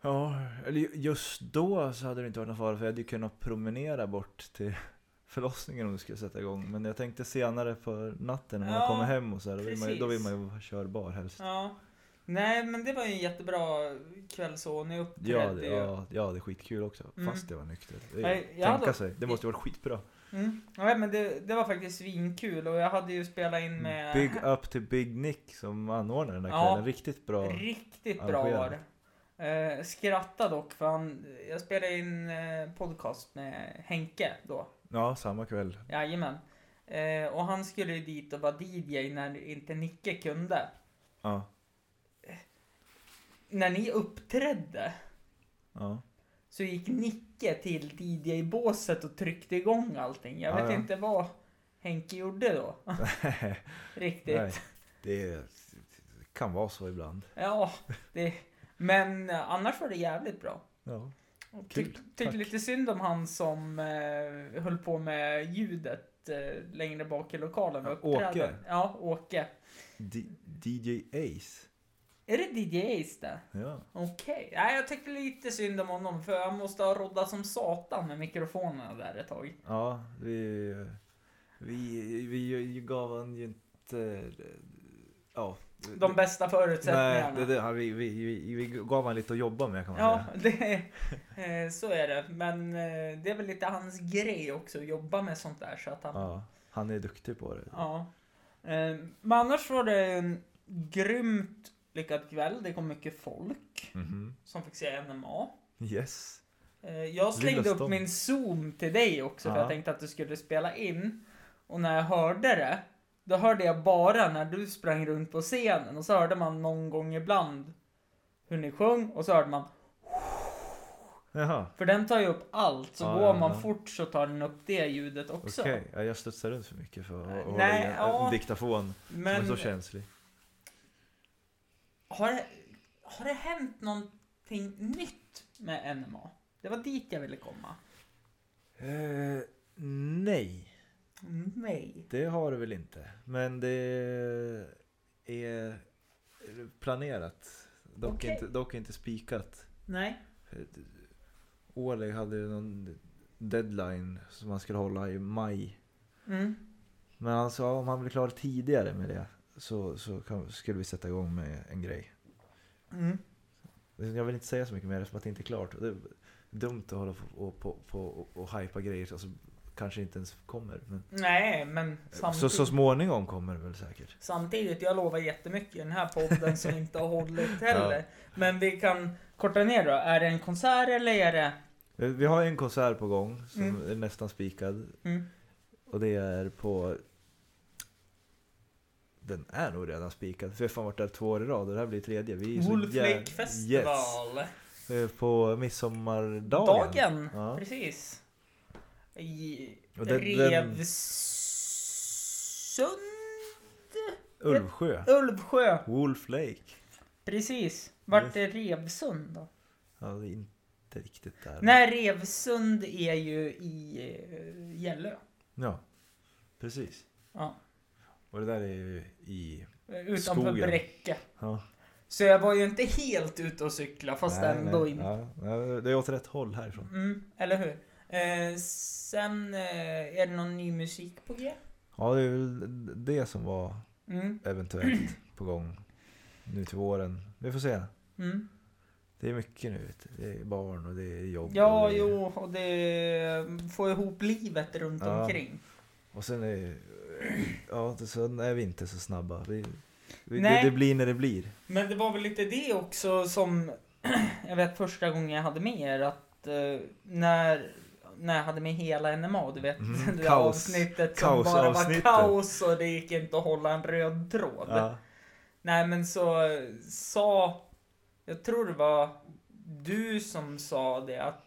Speaker 3: Ja, eller ju- just då så hade det inte varit någon fara för jag hade ju kunnat promenera bort till förlossningen om du skulle sätta igång. Men jag tänkte senare på natten när man
Speaker 4: Ja,
Speaker 3: kommer hem och så här, då, vill man, ju- då vill
Speaker 4: precis.
Speaker 3: man ju vara körbar helst.
Speaker 4: Ja. Nej, men det var ju en jättebra kväll så. Ni
Speaker 3: Ja,
Speaker 4: uppträdde
Speaker 3: det,
Speaker 4: ju.
Speaker 3: ja, ja, det är skitkul också.
Speaker 4: Mm.
Speaker 3: Fast det var nykter. Det
Speaker 4: Nej,
Speaker 3: är,
Speaker 4: jag
Speaker 3: tänka
Speaker 4: hade-
Speaker 3: sig. Det måste ju varit skitbra.
Speaker 4: Mm. Nej, men det, det var faktiskt svinkul och jag hade ju spelat in med...
Speaker 3: Mm. Big up till Big Nick som anordnar den här
Speaker 4: Ja.
Speaker 3: kvällen. Riktigt bra.
Speaker 4: Riktigt bra
Speaker 3: arrangerat.
Speaker 4: var det. Eh, skratta dock för han, jag spelade in eh, podcast med Henke då.
Speaker 3: Ja, samma kväll.
Speaker 4: Jajamän. Eh, och han skulle ju dit och vara DJ när inte Nicke kunde.
Speaker 3: Ja,
Speaker 4: När ni uppträdde
Speaker 3: ja.
Speaker 4: så gick Nicke till DJ-båset och tryckte igång allting. Jag
Speaker 3: Ja,
Speaker 4: vet
Speaker 3: ja.
Speaker 4: inte vad Henke gjorde då. Riktigt.
Speaker 3: Nej, det kan vara så ibland.
Speaker 4: Ja, det... Men eh, annars var det jävligt bra.
Speaker 3: Ja, Typ
Speaker 4: Tyck-
Speaker 3: Kul, tack.
Speaker 4: Tyckte lite synd om han som eh, höll på med ljudet eh, längre bak i lokalen. med
Speaker 3: Ja, Åke.
Speaker 4: uppträdandet. Ja, Åke.
Speaker 3: D- DJ Ace.
Speaker 4: Är det DJ Ace det?
Speaker 3: Ja.
Speaker 4: Okej. Nej, jag tyckte lite synd om honom för han måste ha roddat som satan med mikrofonerna där ett tag.
Speaker 3: Ja, vi, vi, vi gav han ju inte... Ja.
Speaker 4: De bästa förutsättningarna.
Speaker 3: Nej, det, det, han- vi, vi, vi, vi gav han lite att jobba med kan man
Speaker 4: Ja,
Speaker 3: säga.
Speaker 4: det, eh, så är det. Men eh, det är väl lite hans grej också att jobba med sånt där så att han
Speaker 3: Ja, han är duktig på det.
Speaker 4: Ja. Eh, Men annars var det en grymt lyckad kväll. Det kom mycket folk
Speaker 3: Mhm.
Speaker 4: som fick se NMA.
Speaker 3: Yes.
Speaker 4: Eh, Jag slängde
Speaker 3: Lilla
Speaker 4: upp
Speaker 3: stång.
Speaker 4: min zoom till dig också för
Speaker 3: Ja.
Speaker 4: jag tänkte att du skulle spela in. Och när jag hörde det, då hörde jag bara när du sprang runt på scenen och så hörde man någon gång ibland hur ni sjöng och så hörde man
Speaker 3: Jaha,
Speaker 4: för den tar ju upp allt så
Speaker 3: Ja,
Speaker 4: går
Speaker 3: ja,
Speaker 4: man
Speaker 3: ja.
Speaker 4: fort så tar den upp det ljudet också.
Speaker 3: okej. Ja, jag studsar runt för mycket för att hålla
Speaker 4: Nej,
Speaker 3: i en,
Speaker 4: ja.
Speaker 3: en diktafon som är
Speaker 4: Men
Speaker 3: så känslig.
Speaker 4: Har det, har det hänt någonting nytt med NMA? Det var dit jag ville komma.
Speaker 3: Eh, nej,
Speaker 4: Nej.
Speaker 3: det har det väl inte. Men det är planerat. Dock,
Speaker 4: Okej.
Speaker 3: inte, dock inte spikat.
Speaker 4: Nej.
Speaker 3: Oleg hade ju någon deadline som han skulle hålla i maj.
Speaker 4: Mm.
Speaker 3: Men han sa om han blir klar tidigare med det så, så kan, skulle vi sätta igång med en grej.
Speaker 4: Mm.
Speaker 3: Jag vill inte säga så mycket mer eftersom att det inte är klart. Och Det är dumt att hålla på och, på, på, och, och hypa grejer som alltså, kanske inte ens kommer. Men
Speaker 4: Nej, men
Speaker 3: så,
Speaker 4: samtidigt.
Speaker 3: så småningom kommer det väl säkert.
Speaker 4: Samtidigt, jag lovar jättemycket i den här podden som inte har hållit heller. Men vi kan korta ner då. Är det en konsert eller är det...
Speaker 3: Eh, Vi har en konsert på gång som
Speaker 4: Mm.
Speaker 3: är nästan spikad.
Speaker 4: Mm.
Speaker 3: Och det är på den är nog redan spikad. För jag har fan varit där två år i rad och det här blir tredje. Vi är så
Speaker 4: Wolf
Speaker 3: jä-
Speaker 4: Lake Festival.
Speaker 3: Yes. Eh, På midsommardagen.
Speaker 4: Dagen,
Speaker 3: Ja.
Speaker 4: precis. I
Speaker 3: Och den- den-
Speaker 4: Revsund?
Speaker 3: Ulvsjö.
Speaker 4: Ulvsjö,
Speaker 3: Wolf Lake.
Speaker 4: precis.
Speaker 3: Yes.
Speaker 4: Vart är Revsund då?
Speaker 3: Ja, det är inte riktigt där.
Speaker 4: Nej, Revsund är ju i eh, Gällö.
Speaker 3: Ja, precis.
Speaker 4: Ja.
Speaker 3: Och det där är ju i...
Speaker 4: eh, Utanför
Speaker 3: Skogen.
Speaker 4: Bräcke.
Speaker 3: Ja.
Speaker 4: Så jag var ju inte helt ute och cykla fast
Speaker 3: Nej,
Speaker 4: ändå
Speaker 3: nej,
Speaker 4: inte.
Speaker 3: ja, ja, det är åt rätt håll härifrån.
Speaker 4: Mm, eller hur? Eh, sen eh, är det någon ny musik på G?
Speaker 3: Ja, det är väl det som var
Speaker 4: Mm,
Speaker 3: eventuellt på gång nu till våren. Vi får se.
Speaker 4: mm.
Speaker 3: Det är mycket nu. Vet du. Det är barn och det är jobb.
Speaker 4: Ja,
Speaker 3: och det är...
Speaker 4: jo, och det eh, får ihop livet runt
Speaker 3: Ja.
Speaker 4: omkring.
Speaker 3: Och sen är Ja, det- sen är vi inte så snabba. Vi, vi, det,
Speaker 4: Nej.
Speaker 3: det blir när det blir.
Speaker 4: Men det var väl lite det också som jag vet första gången jag hade med er att eh, när, när jag hade med hela NMA, du vet
Speaker 3: Mm,
Speaker 4: det där
Speaker 3: kaos.
Speaker 4: avsnittet som bara var
Speaker 3: Kaosavsnittet.
Speaker 4: kaos och det gick inte att hålla en röd tråd.
Speaker 3: Ja.
Speaker 4: Nej men så eh, sa, jag tror det var du som sa det att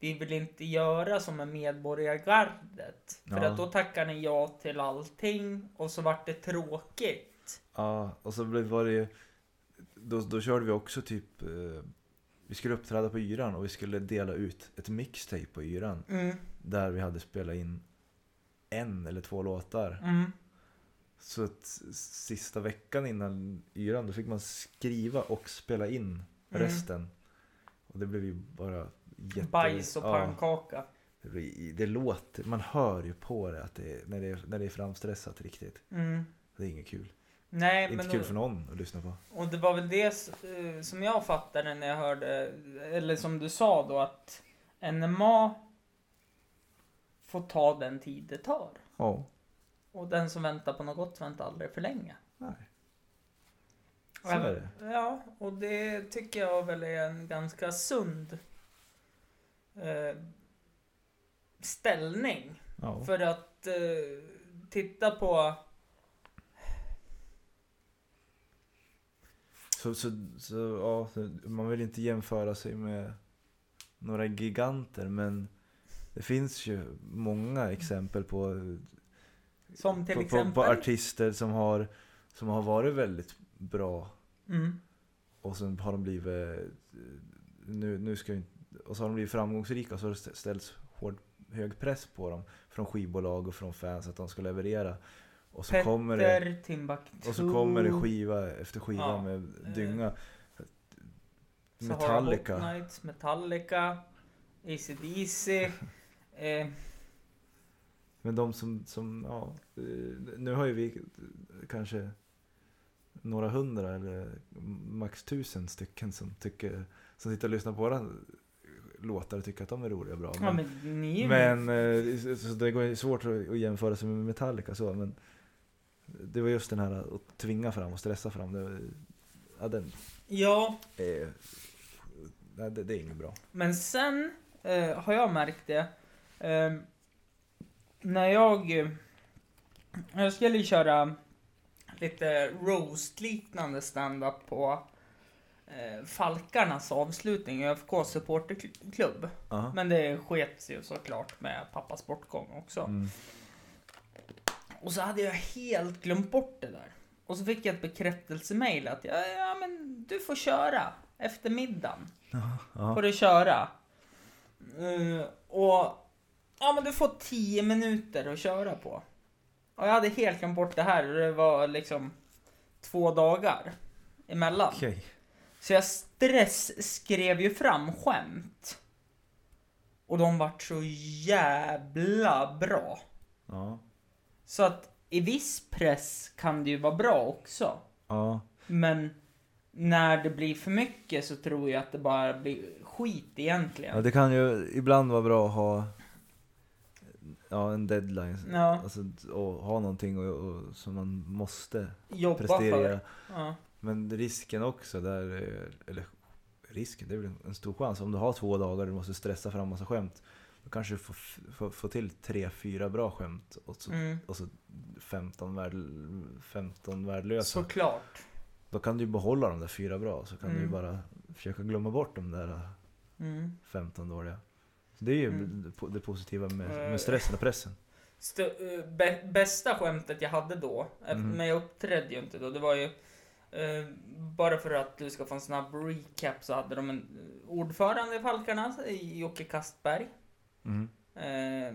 Speaker 4: vi vill inte göra som med medborgargardet. För
Speaker 3: Ja.
Speaker 4: att då tackar ni ja till allting och så vart det tråkigt.
Speaker 3: Ja, och så blev- var det ju... Då, då körde vi också typ... Eh, vi skulle uppträda på Yran och vi skulle dela ut ett mixtape på Yran.
Speaker 4: Mm,
Speaker 3: Där vi hade spelat in en eller två låtar.
Speaker 4: mm,
Speaker 3: Så att s- sista veckan innan Yran då fick man skriva och spela in
Speaker 4: Mm.
Speaker 3: resten. Och det blev ju bara jätte...
Speaker 4: Bajs och
Speaker 3: ja,
Speaker 4: pannkaka.
Speaker 3: det, blir- det låter... Man hör ju på det, att det är, när, det är, när det är framstressat riktigt.
Speaker 4: Mm.
Speaker 3: Det är inget kul.
Speaker 4: Nej,
Speaker 3: Inte
Speaker 4: men
Speaker 3: kul för någon att lyssna på.
Speaker 4: och det var väl det s- eh, som jag fattade när jag hörde, eller som du sa då att NMA får ta den tid det tar.
Speaker 3: Ja.
Speaker 4: Och den som väntar på något gott väntar aldrig för länge.
Speaker 3: Nej. Så är det.
Speaker 4: Ja, och det tycker jag väl är en ganska sund eh, ställning.
Speaker 3: Ja.
Speaker 4: För att eh, titta på...
Speaker 3: Så, så, så, ja, så man vill inte jämföra sig med några giganter men det finns ju många exempel på,
Speaker 4: Som till
Speaker 3: på, på,
Speaker 4: exempel...
Speaker 3: på artister som har, som har varit väldigt bra
Speaker 4: mm,
Speaker 3: och sen har de blivit eh, nu, nu ska jag, inte- och så har de blivit framgångsrika och så har det stä- ställts hård, hög press på dem från skivbolag och från fans att de ska leverera. Och så kommer det
Speaker 4: Petter Timbuktu.
Speaker 3: och så kommer det skiva efter skiva
Speaker 4: Ja,
Speaker 3: med
Speaker 4: eh,
Speaker 3: dynga.
Speaker 4: Sahara
Speaker 3: Metallica.
Speaker 4: Hot Nights, Metallica, AC/DC. Eh,
Speaker 3: Men de som, som ja, eh, nu har ju vi eh, kanske några hundra eller max tusen stycken som, tycker, som sitter och lyssnar på våra låtar och tycker att de är roliga och bra.
Speaker 4: ja, men ni är ju-
Speaker 3: men eh, så- så det går ju svårt att att jämföra sig med Metallica så, men det var just den här att tvinga fram och stressa fram. Det, var- ja, den
Speaker 4: Ja,
Speaker 3: är, nej, det, det är inget bra.
Speaker 4: men sen eh, har jag märkt det. Eh, när jag... eh, Jag skulle ju köra lite roast-liknande stand-up på eh, Falkarnas avslutning, ÖFK supporterklubb.
Speaker 3: Ja.
Speaker 4: Men det sket ju såklart med pappas bortgång också.
Speaker 3: Mm.
Speaker 4: Och så hade jag helt glömt bort det där. Och så fick jag ett bekräftelsemail att ja, ja men du får köra eftermiddagen. Får
Speaker 3: Ja.
Speaker 4: du köra. Eh, och ja men du får 10 minuter att köra på. Och jag hade helt glömt bort det här och det var liksom två dagar emellan.
Speaker 3: Okej.
Speaker 4: Så jag stress skrev ju fram skämt. Och de vart så jävla bra.
Speaker 3: Ja.
Speaker 4: Så att i viss press kan det ju vara bra också.
Speaker 3: Ja.
Speaker 4: Men när det blir för mycket så tror jag att det bara blir skit
Speaker 3: Ja,
Speaker 4: egentligen.
Speaker 3: det kan ju ibland vara bra att ha ja, en deadline.
Speaker 4: Ja,
Speaker 3: Alltså, och ha någonting och, och, som man måste
Speaker 4: jobba för.
Speaker 3: prestera.
Speaker 4: Ja.
Speaker 3: Men risken också där, eh, eller risken, det är väl en stor chans. Om du har två dagar och du måste stressa fram massa skämt. Då kanske du får, f- får, får till tre, fyra bra skämt och så,
Speaker 4: Mm.
Speaker 3: och så 15, värd, 15 värdelösa.
Speaker 4: Såklart.
Speaker 3: Då kan du ju behålla de där fyra bra så kan du ju
Speaker 4: Mm.
Speaker 3: bara försöka glömma bort de där äh,
Speaker 4: Mm.
Speaker 3: 15 dåliga. Så det är ju
Speaker 4: Mm.
Speaker 3: det po- det positiva med,
Speaker 4: Eh.
Speaker 3: med stressen och pressen.
Speaker 4: Stö- eh, bä- bästa skämtet jag hade då, eh,
Speaker 3: Mm.
Speaker 4: men jag uppträdde ju inte då, det var ju eh, bara för att du ska få en snabb recap så hade de en eh, ordförande i Falkarna, eh, Jocke Kastberg.
Speaker 3: Mm.
Speaker 4: Eh,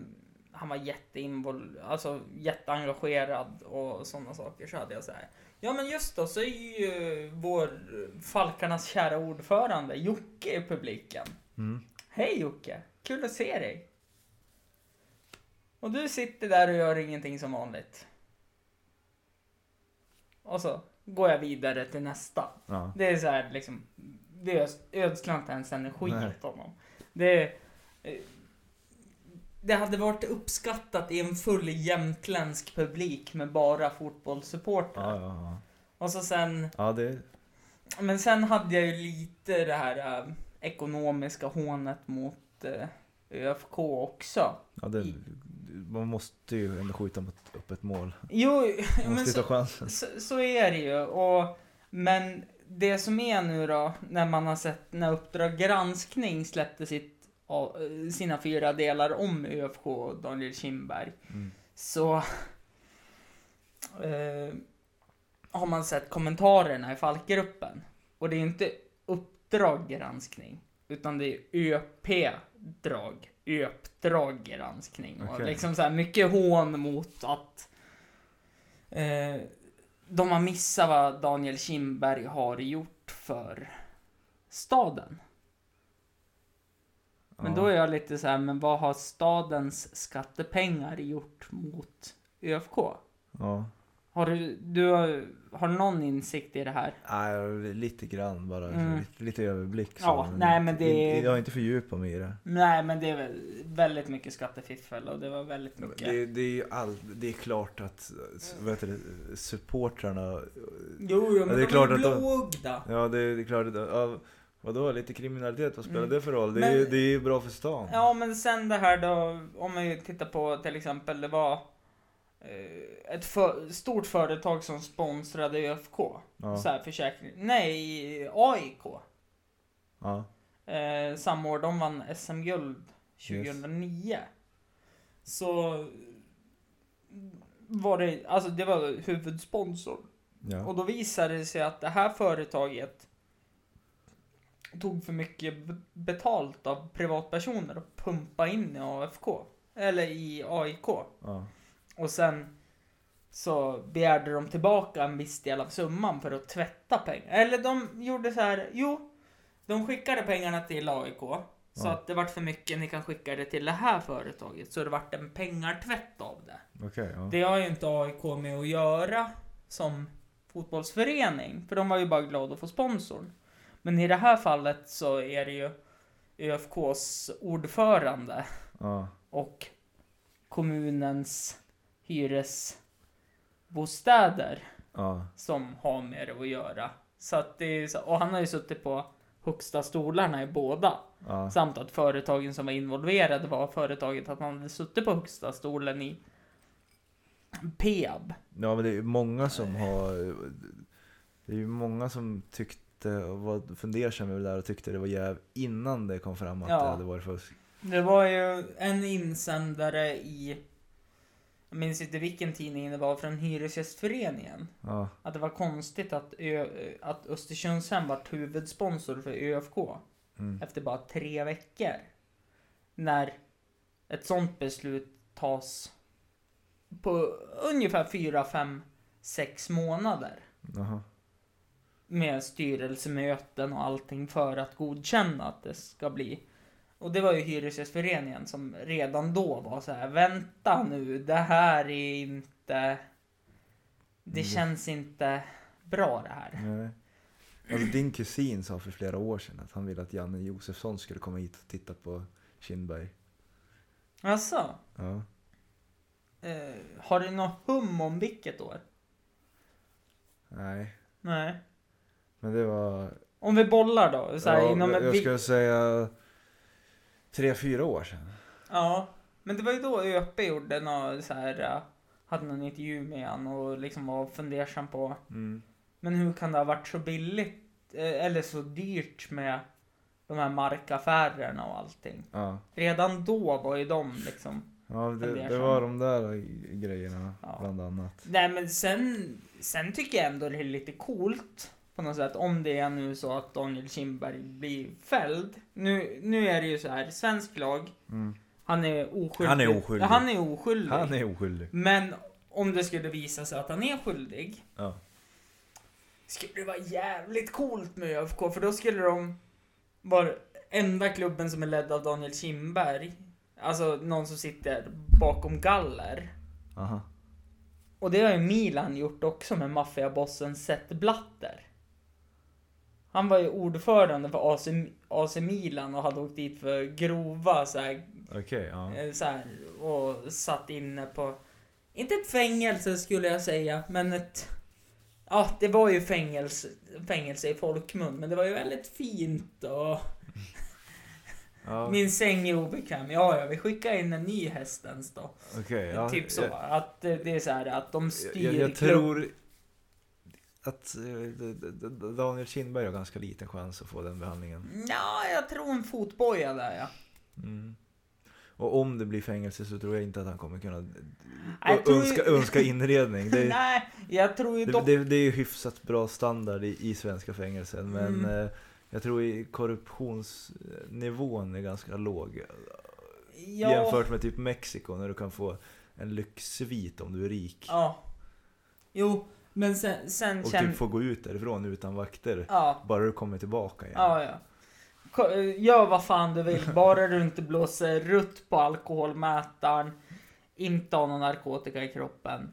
Speaker 4: han var jätteinvol- alltså jätteengagerad och sådana saker. Så hade jag så här. Ja men just då så är ju vår Falkarnas kära ordförande Jocke i publiken.
Speaker 3: Mm.
Speaker 4: Hej Jocke! Kul att se dig! Och du sitter där och gör ingenting som vanligt. Och så går jag vidare till nästa.
Speaker 3: Ja.
Speaker 4: Det är så här liksom, det öds- ödslar inte ens energi
Speaker 3: Nej.
Speaker 4: åt honom. Det, eh, det hade varit uppskattat i en full jämtländsk publik med bara fotbollssupportrar.
Speaker 3: Ja, ja, ja.
Speaker 4: Och så sen,
Speaker 3: ja, det
Speaker 4: men sen hade jag ju lite det här eh, ekonomiska hånet mot eh, ÖFK också.
Speaker 3: Ja, det, man måste ju ändå skjuta mot öppet mål.
Speaker 4: Jo,
Speaker 3: Man
Speaker 4: men
Speaker 3: måste ju ta
Speaker 4: så,
Speaker 3: chansen.
Speaker 4: så, så är det ju. Och, men det som är nu då, när man har sett när Uppdrag granskning släppte sitt, av- eh, sina fyra delar om ÖFK och Daniel Kindberg,
Speaker 3: Mm.
Speaker 4: så eh, har man sett kommentarerna i Falkgruppen. Och det är inte Uppdrag granskning, utan det är ÖP drag, ÖP-drag granskning. Och
Speaker 3: Okej.
Speaker 4: liksom så här mycket hån mot att eh, de har missat vad Daniel Kindberg har gjort för staden. Men
Speaker 3: Ja.
Speaker 4: då är jag lite så här, men vad har stadens skattepengar gjort mot ÖFK?
Speaker 3: Ja.
Speaker 4: Har du, du har, har någon insikt i det här?
Speaker 3: Nej, lite grann bara.
Speaker 4: Mm.
Speaker 3: Lite, lite överblick. så,
Speaker 4: Ja, nej, men
Speaker 3: inte-
Speaker 4: det-
Speaker 3: in- Jag har inte fördjupat mig i det.
Speaker 4: Nej, men det är väl väldigt mycket skattefiffel och det var väldigt mycket.
Speaker 3: Det, det är ju all, det är klart att vad heter det, supportrarna...
Speaker 4: Jo, jo, men
Speaker 3: Ja, det
Speaker 4: de
Speaker 3: är
Speaker 4: är
Speaker 3: klart
Speaker 4: ju
Speaker 3: att de-
Speaker 4: blåögda.
Speaker 3: Ja, det, det är klart att... Ja, vadå, lite kriminalitet, vad spelar
Speaker 4: Mm.
Speaker 3: det för roll? Det,
Speaker 4: Men-
Speaker 3: är ju, det är ju bra för stan.
Speaker 4: Ja, men sen det här då, om man ju tittar på till exempel, det var eh, ett för, stort företag som sponsrade ÖFK.
Speaker 3: Ja,
Speaker 4: Så här försäkring. Nej, AIK.
Speaker 3: ja.
Speaker 4: Eh, samma år de vann SM-guld 2009. Så var det, alltså det var huvudsponsor.
Speaker 3: ja.
Speaker 4: Och då visade det sig att det här företaget tog för mycket b- betalt av privatpersoner och pumpa in i AFK. Eller i AIK.
Speaker 3: ja.
Speaker 4: Och sen så begärde de tillbaka en viss del av summan för att tvätta pengar. Eller de gjorde så här, jo, de skickade pengarna till AIK. Så
Speaker 3: Ja.
Speaker 4: att det vart för mycket, ni kan skicka det till det här företaget. Så det vart en pengartvätt av det.
Speaker 3: Okej, ja.
Speaker 4: Det har ju inte AIK med att göra som fotbollsförening, för de var ju bara glada att få sponsorn. Men i det här fallet så är det ju ÖFKs ordförande
Speaker 3: ja.
Speaker 4: och kommunens hyresbostäder
Speaker 3: ja.
Speaker 4: som har med det att göra. Så att det är ju så, och han har ju suttit på högsta stolarna i båda.
Speaker 3: ja.
Speaker 4: Samt att företagen som var involverade var företaget att han hade suttit på högsta stolen i Peab.
Speaker 3: Ja men det är ju många som har Det är ju många som tyckte och var fundersamma över det där och tyckte det var jäv innan det kom fram att
Speaker 4: Ja.
Speaker 3: det hade varit fusk.
Speaker 4: Det var ju en insändare i, jag minns inte vilken tidning det var, från Hyresgästföreningen.
Speaker 3: Ja,
Speaker 4: Att det var konstigt att, Ö, att Östersundshem vart huvudsponsor för ÖFK
Speaker 3: mm.
Speaker 4: efter bara tre veckor. När ett sånt beslut tas på ungefär fyra, fem, sex månader.
Speaker 3: Jaha.
Speaker 4: med styrelsemöten och allting för att godkänna att det ska bli. Och det var ju Hyresgästföreningen som redan då var så här, vänta nu, det här är inte, det
Speaker 3: Mm.
Speaker 4: känns inte bra det här.
Speaker 3: Nej. Alltså din kusin sa för flera år sedan att han ville att Janne Josefsson skulle komma hit och titta på Kindberg.
Speaker 4: Alltså,
Speaker 3: Ja.
Speaker 4: eh, har du något hum om vilket år?
Speaker 3: Nej.
Speaker 4: Nej.
Speaker 3: Men det var...
Speaker 4: Om vi bollar då, så här,
Speaker 3: ja,
Speaker 4: inom
Speaker 3: jag
Speaker 4: ett vi-
Speaker 3: skulle säga tre, fyra år sedan.
Speaker 4: Ja, men det var ju då ÖP gjorde nå, så här, eh, hade någon intervju med han och liksom var fundersam på
Speaker 3: Mm.
Speaker 4: men hur kan det ha varit så billigt eh, eller så dyrt med de här markaffärerna och allting.
Speaker 3: Ja.
Speaker 4: Redan då var ju de liksom.
Speaker 3: Ja, det, det
Speaker 4: Fundersam.
Speaker 3: var de där grejerna
Speaker 4: Ja.
Speaker 3: bland annat.
Speaker 4: Nej men sen, sen tycker jag ändå det är lite coolt på något sätt om det är nu så att Daniel Kindberg blir fälld. Nu, nu är det ju så här, svensk lag,
Speaker 3: Mm.
Speaker 4: han är oskyldig.
Speaker 3: Han är oskyldig.
Speaker 4: Han är oskyldig.
Speaker 3: Han är oskyldig.
Speaker 4: Men om det skulle visa sig att han är skyldig
Speaker 3: Ja.
Speaker 4: skulle det vara jävligt coolt med ÖFK för då skulle de vara enda klubben som är ledd av Daniel Kindberg. Alltså någon som sitter bakom galler.
Speaker 3: Aha.
Speaker 4: Och det har ju Milan gjort också med maffiabossen Seth Blatter. Han var ju ordförande för AC, AC Milan och hade åkt dit för grova så här,
Speaker 3: Okej, ja.
Speaker 4: Eh, så här, och satt inne på, inte ett fängelse skulle jag säga, men ett, ja det var ju fängelse, fängelse i folkmun, men det var ju väldigt fint och
Speaker 3: ja. Okej,
Speaker 4: min säng är obekväm, ja ja vi skickar in en ny hästens då.
Speaker 3: ja.
Speaker 4: typ så,
Speaker 3: Jag,
Speaker 4: att eh, det är så här att de
Speaker 3: jag,
Speaker 4: styr
Speaker 3: jag, jag
Speaker 4: klubb-
Speaker 3: tror att eh, d- d- d- Daniel Kindberg har ganska liten chans att få den behandlingen.
Speaker 4: Ja, jag tror en fotboja där ja.
Speaker 3: Mm. Och om det blir fängelse så tror jag inte att han kommer kunna
Speaker 4: Jag tror ju-
Speaker 3: önska, önska inredning. Det, är-
Speaker 4: Nej, jag tror ju
Speaker 3: det,
Speaker 4: dock...
Speaker 3: det, det är ju hyfsat bra standard i, i svenska fängelsen men
Speaker 4: Mm.
Speaker 3: eh, jag tror i korruptionsnivån är ganska låg
Speaker 4: ja,
Speaker 3: jämfört med typ Mexiko när du kan få en lyxsvit om du är rik.
Speaker 4: Ja. Jo, men sen, sen
Speaker 3: Och
Speaker 4: känn-
Speaker 3: typ få gå ut därifrån utan vakter.
Speaker 4: Ja.
Speaker 3: Bara du kommer tillbaka igen.
Speaker 4: Ja, ja. Ko- eh, Gör vad fan du vill, bara du inte blåser rutt på alkoholmätaren, inte har någon narkotika i kroppen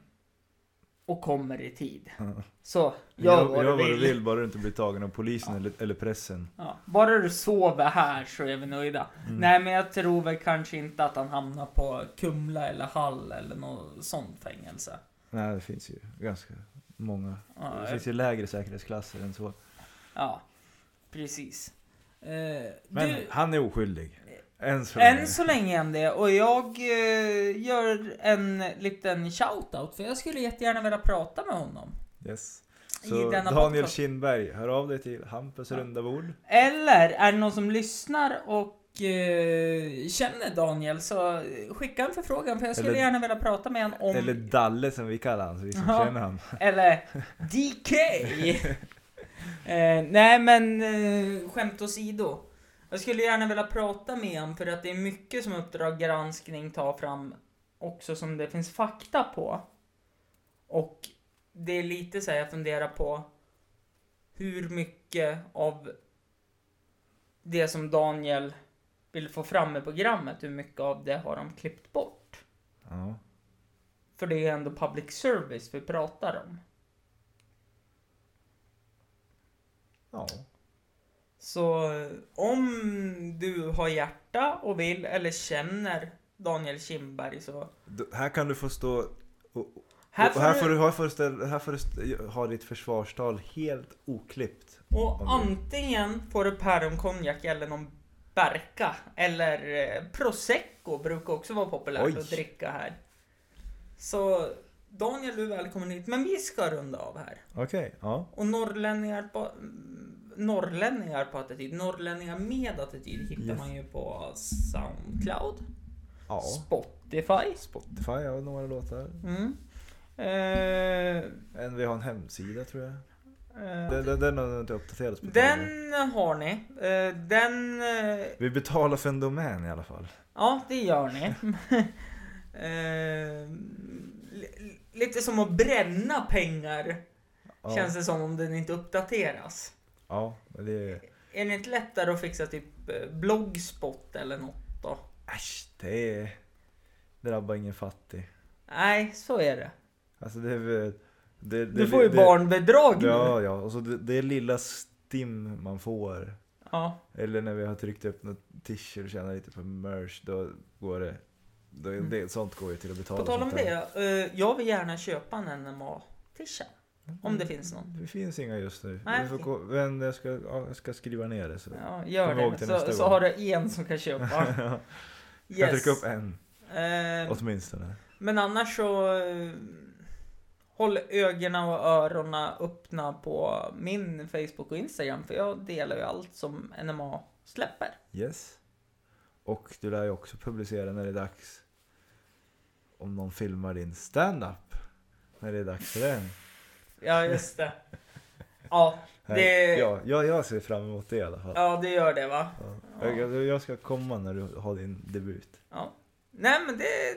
Speaker 4: och kommer i tid.
Speaker 3: Ja.
Speaker 4: Så, gör
Speaker 3: Gör,
Speaker 4: vad
Speaker 3: gör
Speaker 4: du
Speaker 3: vad du
Speaker 4: vill.
Speaker 3: vill bara du inte blir tagen av polisen eller, eller pressen.
Speaker 4: Ja. Bara du sover här så är vi nöjda.
Speaker 3: Mm.
Speaker 4: Nej, men jag tror väl kanske inte att han hamnar på Kumla eller Hall eller något sånt fängelse.
Speaker 3: Mm. Nej, det finns ju ganska många.
Speaker 4: Ja,
Speaker 3: det
Speaker 4: jag-
Speaker 3: finns ju lägre säkerhetsklasser än så.
Speaker 4: Ja, precis. Eh,
Speaker 3: Men
Speaker 4: du-
Speaker 3: han är oskyldig. Än så länge.
Speaker 4: Än så länge är han det och jag eh, gör en liten shoutout för jag skulle jättegärna vilja prata med honom.
Speaker 3: Yes.
Speaker 4: I
Speaker 3: Så
Speaker 4: denna
Speaker 3: Daniel
Speaker 4: podcast.
Speaker 3: Kindberg, hör av dig till Hampus
Speaker 4: Ja.
Speaker 3: runda bord.
Speaker 4: Eller är det någon som lyssnar och eh, känner Daniel så eh, skicka en förfrågan för jag skulle
Speaker 3: Eller-
Speaker 4: gärna vilja prata med honom om...
Speaker 3: Eller
Speaker 4: Eller,
Speaker 3: Dalle som vi kallar han, så vi som
Speaker 4: Ja.
Speaker 3: känner han.
Speaker 4: DK! eh, nej men eh, skämt åsido. Jag skulle gärna vilja prata med honom för att det är mycket som Uppdrag granskning tar fram också som det finns fakta på. Och det är lite så här jag funderar på hur mycket av det som Daniel vill få fram i programmet, hur mycket av det har de klippt bort?
Speaker 3: Ja.
Speaker 4: För det är ändå public service vi pratar om.
Speaker 3: ja.
Speaker 4: Så eh, om du har hjärta och vill eller känner Daniel Kindberg så
Speaker 3: D- Här kan du få stå och,
Speaker 4: här
Speaker 3: och
Speaker 4: får
Speaker 3: här
Speaker 4: du-
Speaker 3: får du, här får du, ställa, här får du st- ha ditt försvarstal helt oklippt. Om
Speaker 4: Och
Speaker 3: du-
Speaker 4: antingen får du päronkonjak eller någon berka. Eller eh, prosecco brukar också vara populärt
Speaker 3: Oj.
Speaker 4: att dricka här. Så Daniel, du är välkommen hit. Men vi ska runda av här.
Speaker 3: Okej, ja.
Speaker 4: Och norrlänningar på... mm, Norrlänningar på attityd, norrlänningar med attityd hittar
Speaker 3: Yes.
Speaker 4: man ju på Soundcloud,
Speaker 3: ja.
Speaker 4: Spotify.
Speaker 3: Spotify har några låtar.
Speaker 4: Mm. Eh,
Speaker 3: En, vi har en hemsida tror jag.
Speaker 4: eh,
Speaker 3: Den, den, den har inte uppdaterats på ett tag nu.
Speaker 4: den har ni. Eh, den eh,
Speaker 3: Vi betalar för en domän i alla fall.
Speaker 4: Ja, det gör ni. Eh, li- li- lite som att bränna pengar
Speaker 3: Ja,
Speaker 4: känns det som om den inte uppdateras.
Speaker 3: ja men det är...
Speaker 4: Är det inte lättare att fixa typ eh, bloggspot eller något då?
Speaker 3: Äsch, det är... Drabbar ingen fattig.
Speaker 4: Nej, så är det.
Speaker 3: Alltså det är väl... Det, det,
Speaker 4: Du får ju
Speaker 3: det,
Speaker 4: barnbidrag nu.
Speaker 3: Ja, ja. Och så det, det lilla stim man får.
Speaker 4: Ja.
Speaker 3: Eller när vi har tryckt upp något t-shirt och tjänat lite på merch, då går det... Då,
Speaker 4: Mm.
Speaker 3: det sånt går ju till att betala.
Speaker 4: På tal om
Speaker 3: sånt där.
Speaker 4: det, eh, jag vill gärna köpa en NMA-tisha. Om
Speaker 3: Mm.
Speaker 4: det finns någon.
Speaker 3: Det finns inga just nu.
Speaker 4: Nej,
Speaker 3: Vi får
Speaker 4: okej.
Speaker 3: gå, men jag ska, ja, jag ska skriva ner det. Så.
Speaker 4: Ja,
Speaker 3: Kom
Speaker 4: gör
Speaker 3: ihåg
Speaker 4: det.
Speaker 3: till nästa
Speaker 4: Så, så
Speaker 3: gång.
Speaker 4: har du en som kan köpa.
Speaker 3: Kan jag trycka upp en
Speaker 4: Eh,
Speaker 3: åtminstone?
Speaker 4: Men annars så eh, Håll ögonen och öronen öppna på min Facebook och Instagram för jag delar ju allt som NMA släpper.
Speaker 3: Yes. Och du lär ju också publicera när det är dags om någon filmar din stand-up. När det är dags för den.
Speaker 4: Ja just det. Ja, det, ja.
Speaker 3: Ja, jag, jag ser fram emot det i alla fall.
Speaker 4: det gör det va.
Speaker 3: Ja. Jag, jag- jag ska komma när du har din debut.
Speaker 4: Ja. Nej men det är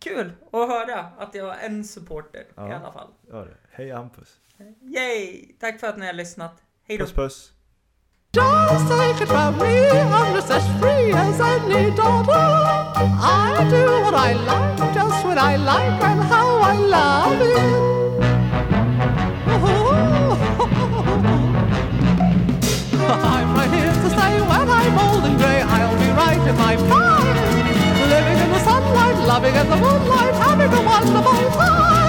Speaker 4: kul att höra att jag har en supporter i
Speaker 3: Ja.
Speaker 4: alla fall.
Speaker 3: Ja, det. Hej Hampus.
Speaker 4: Yay! Tack för att ni har lyssnat. Hej då!
Speaker 3: Puss puss.
Speaker 5: Just take it from me, I'm just as free as any daughter. I do what I like, just what I like, and how I love it. I'm right here to say when I'm old and grey, I'll be right in my prime. Living in the sunlight, loving in the moonlight, having a wonderful time.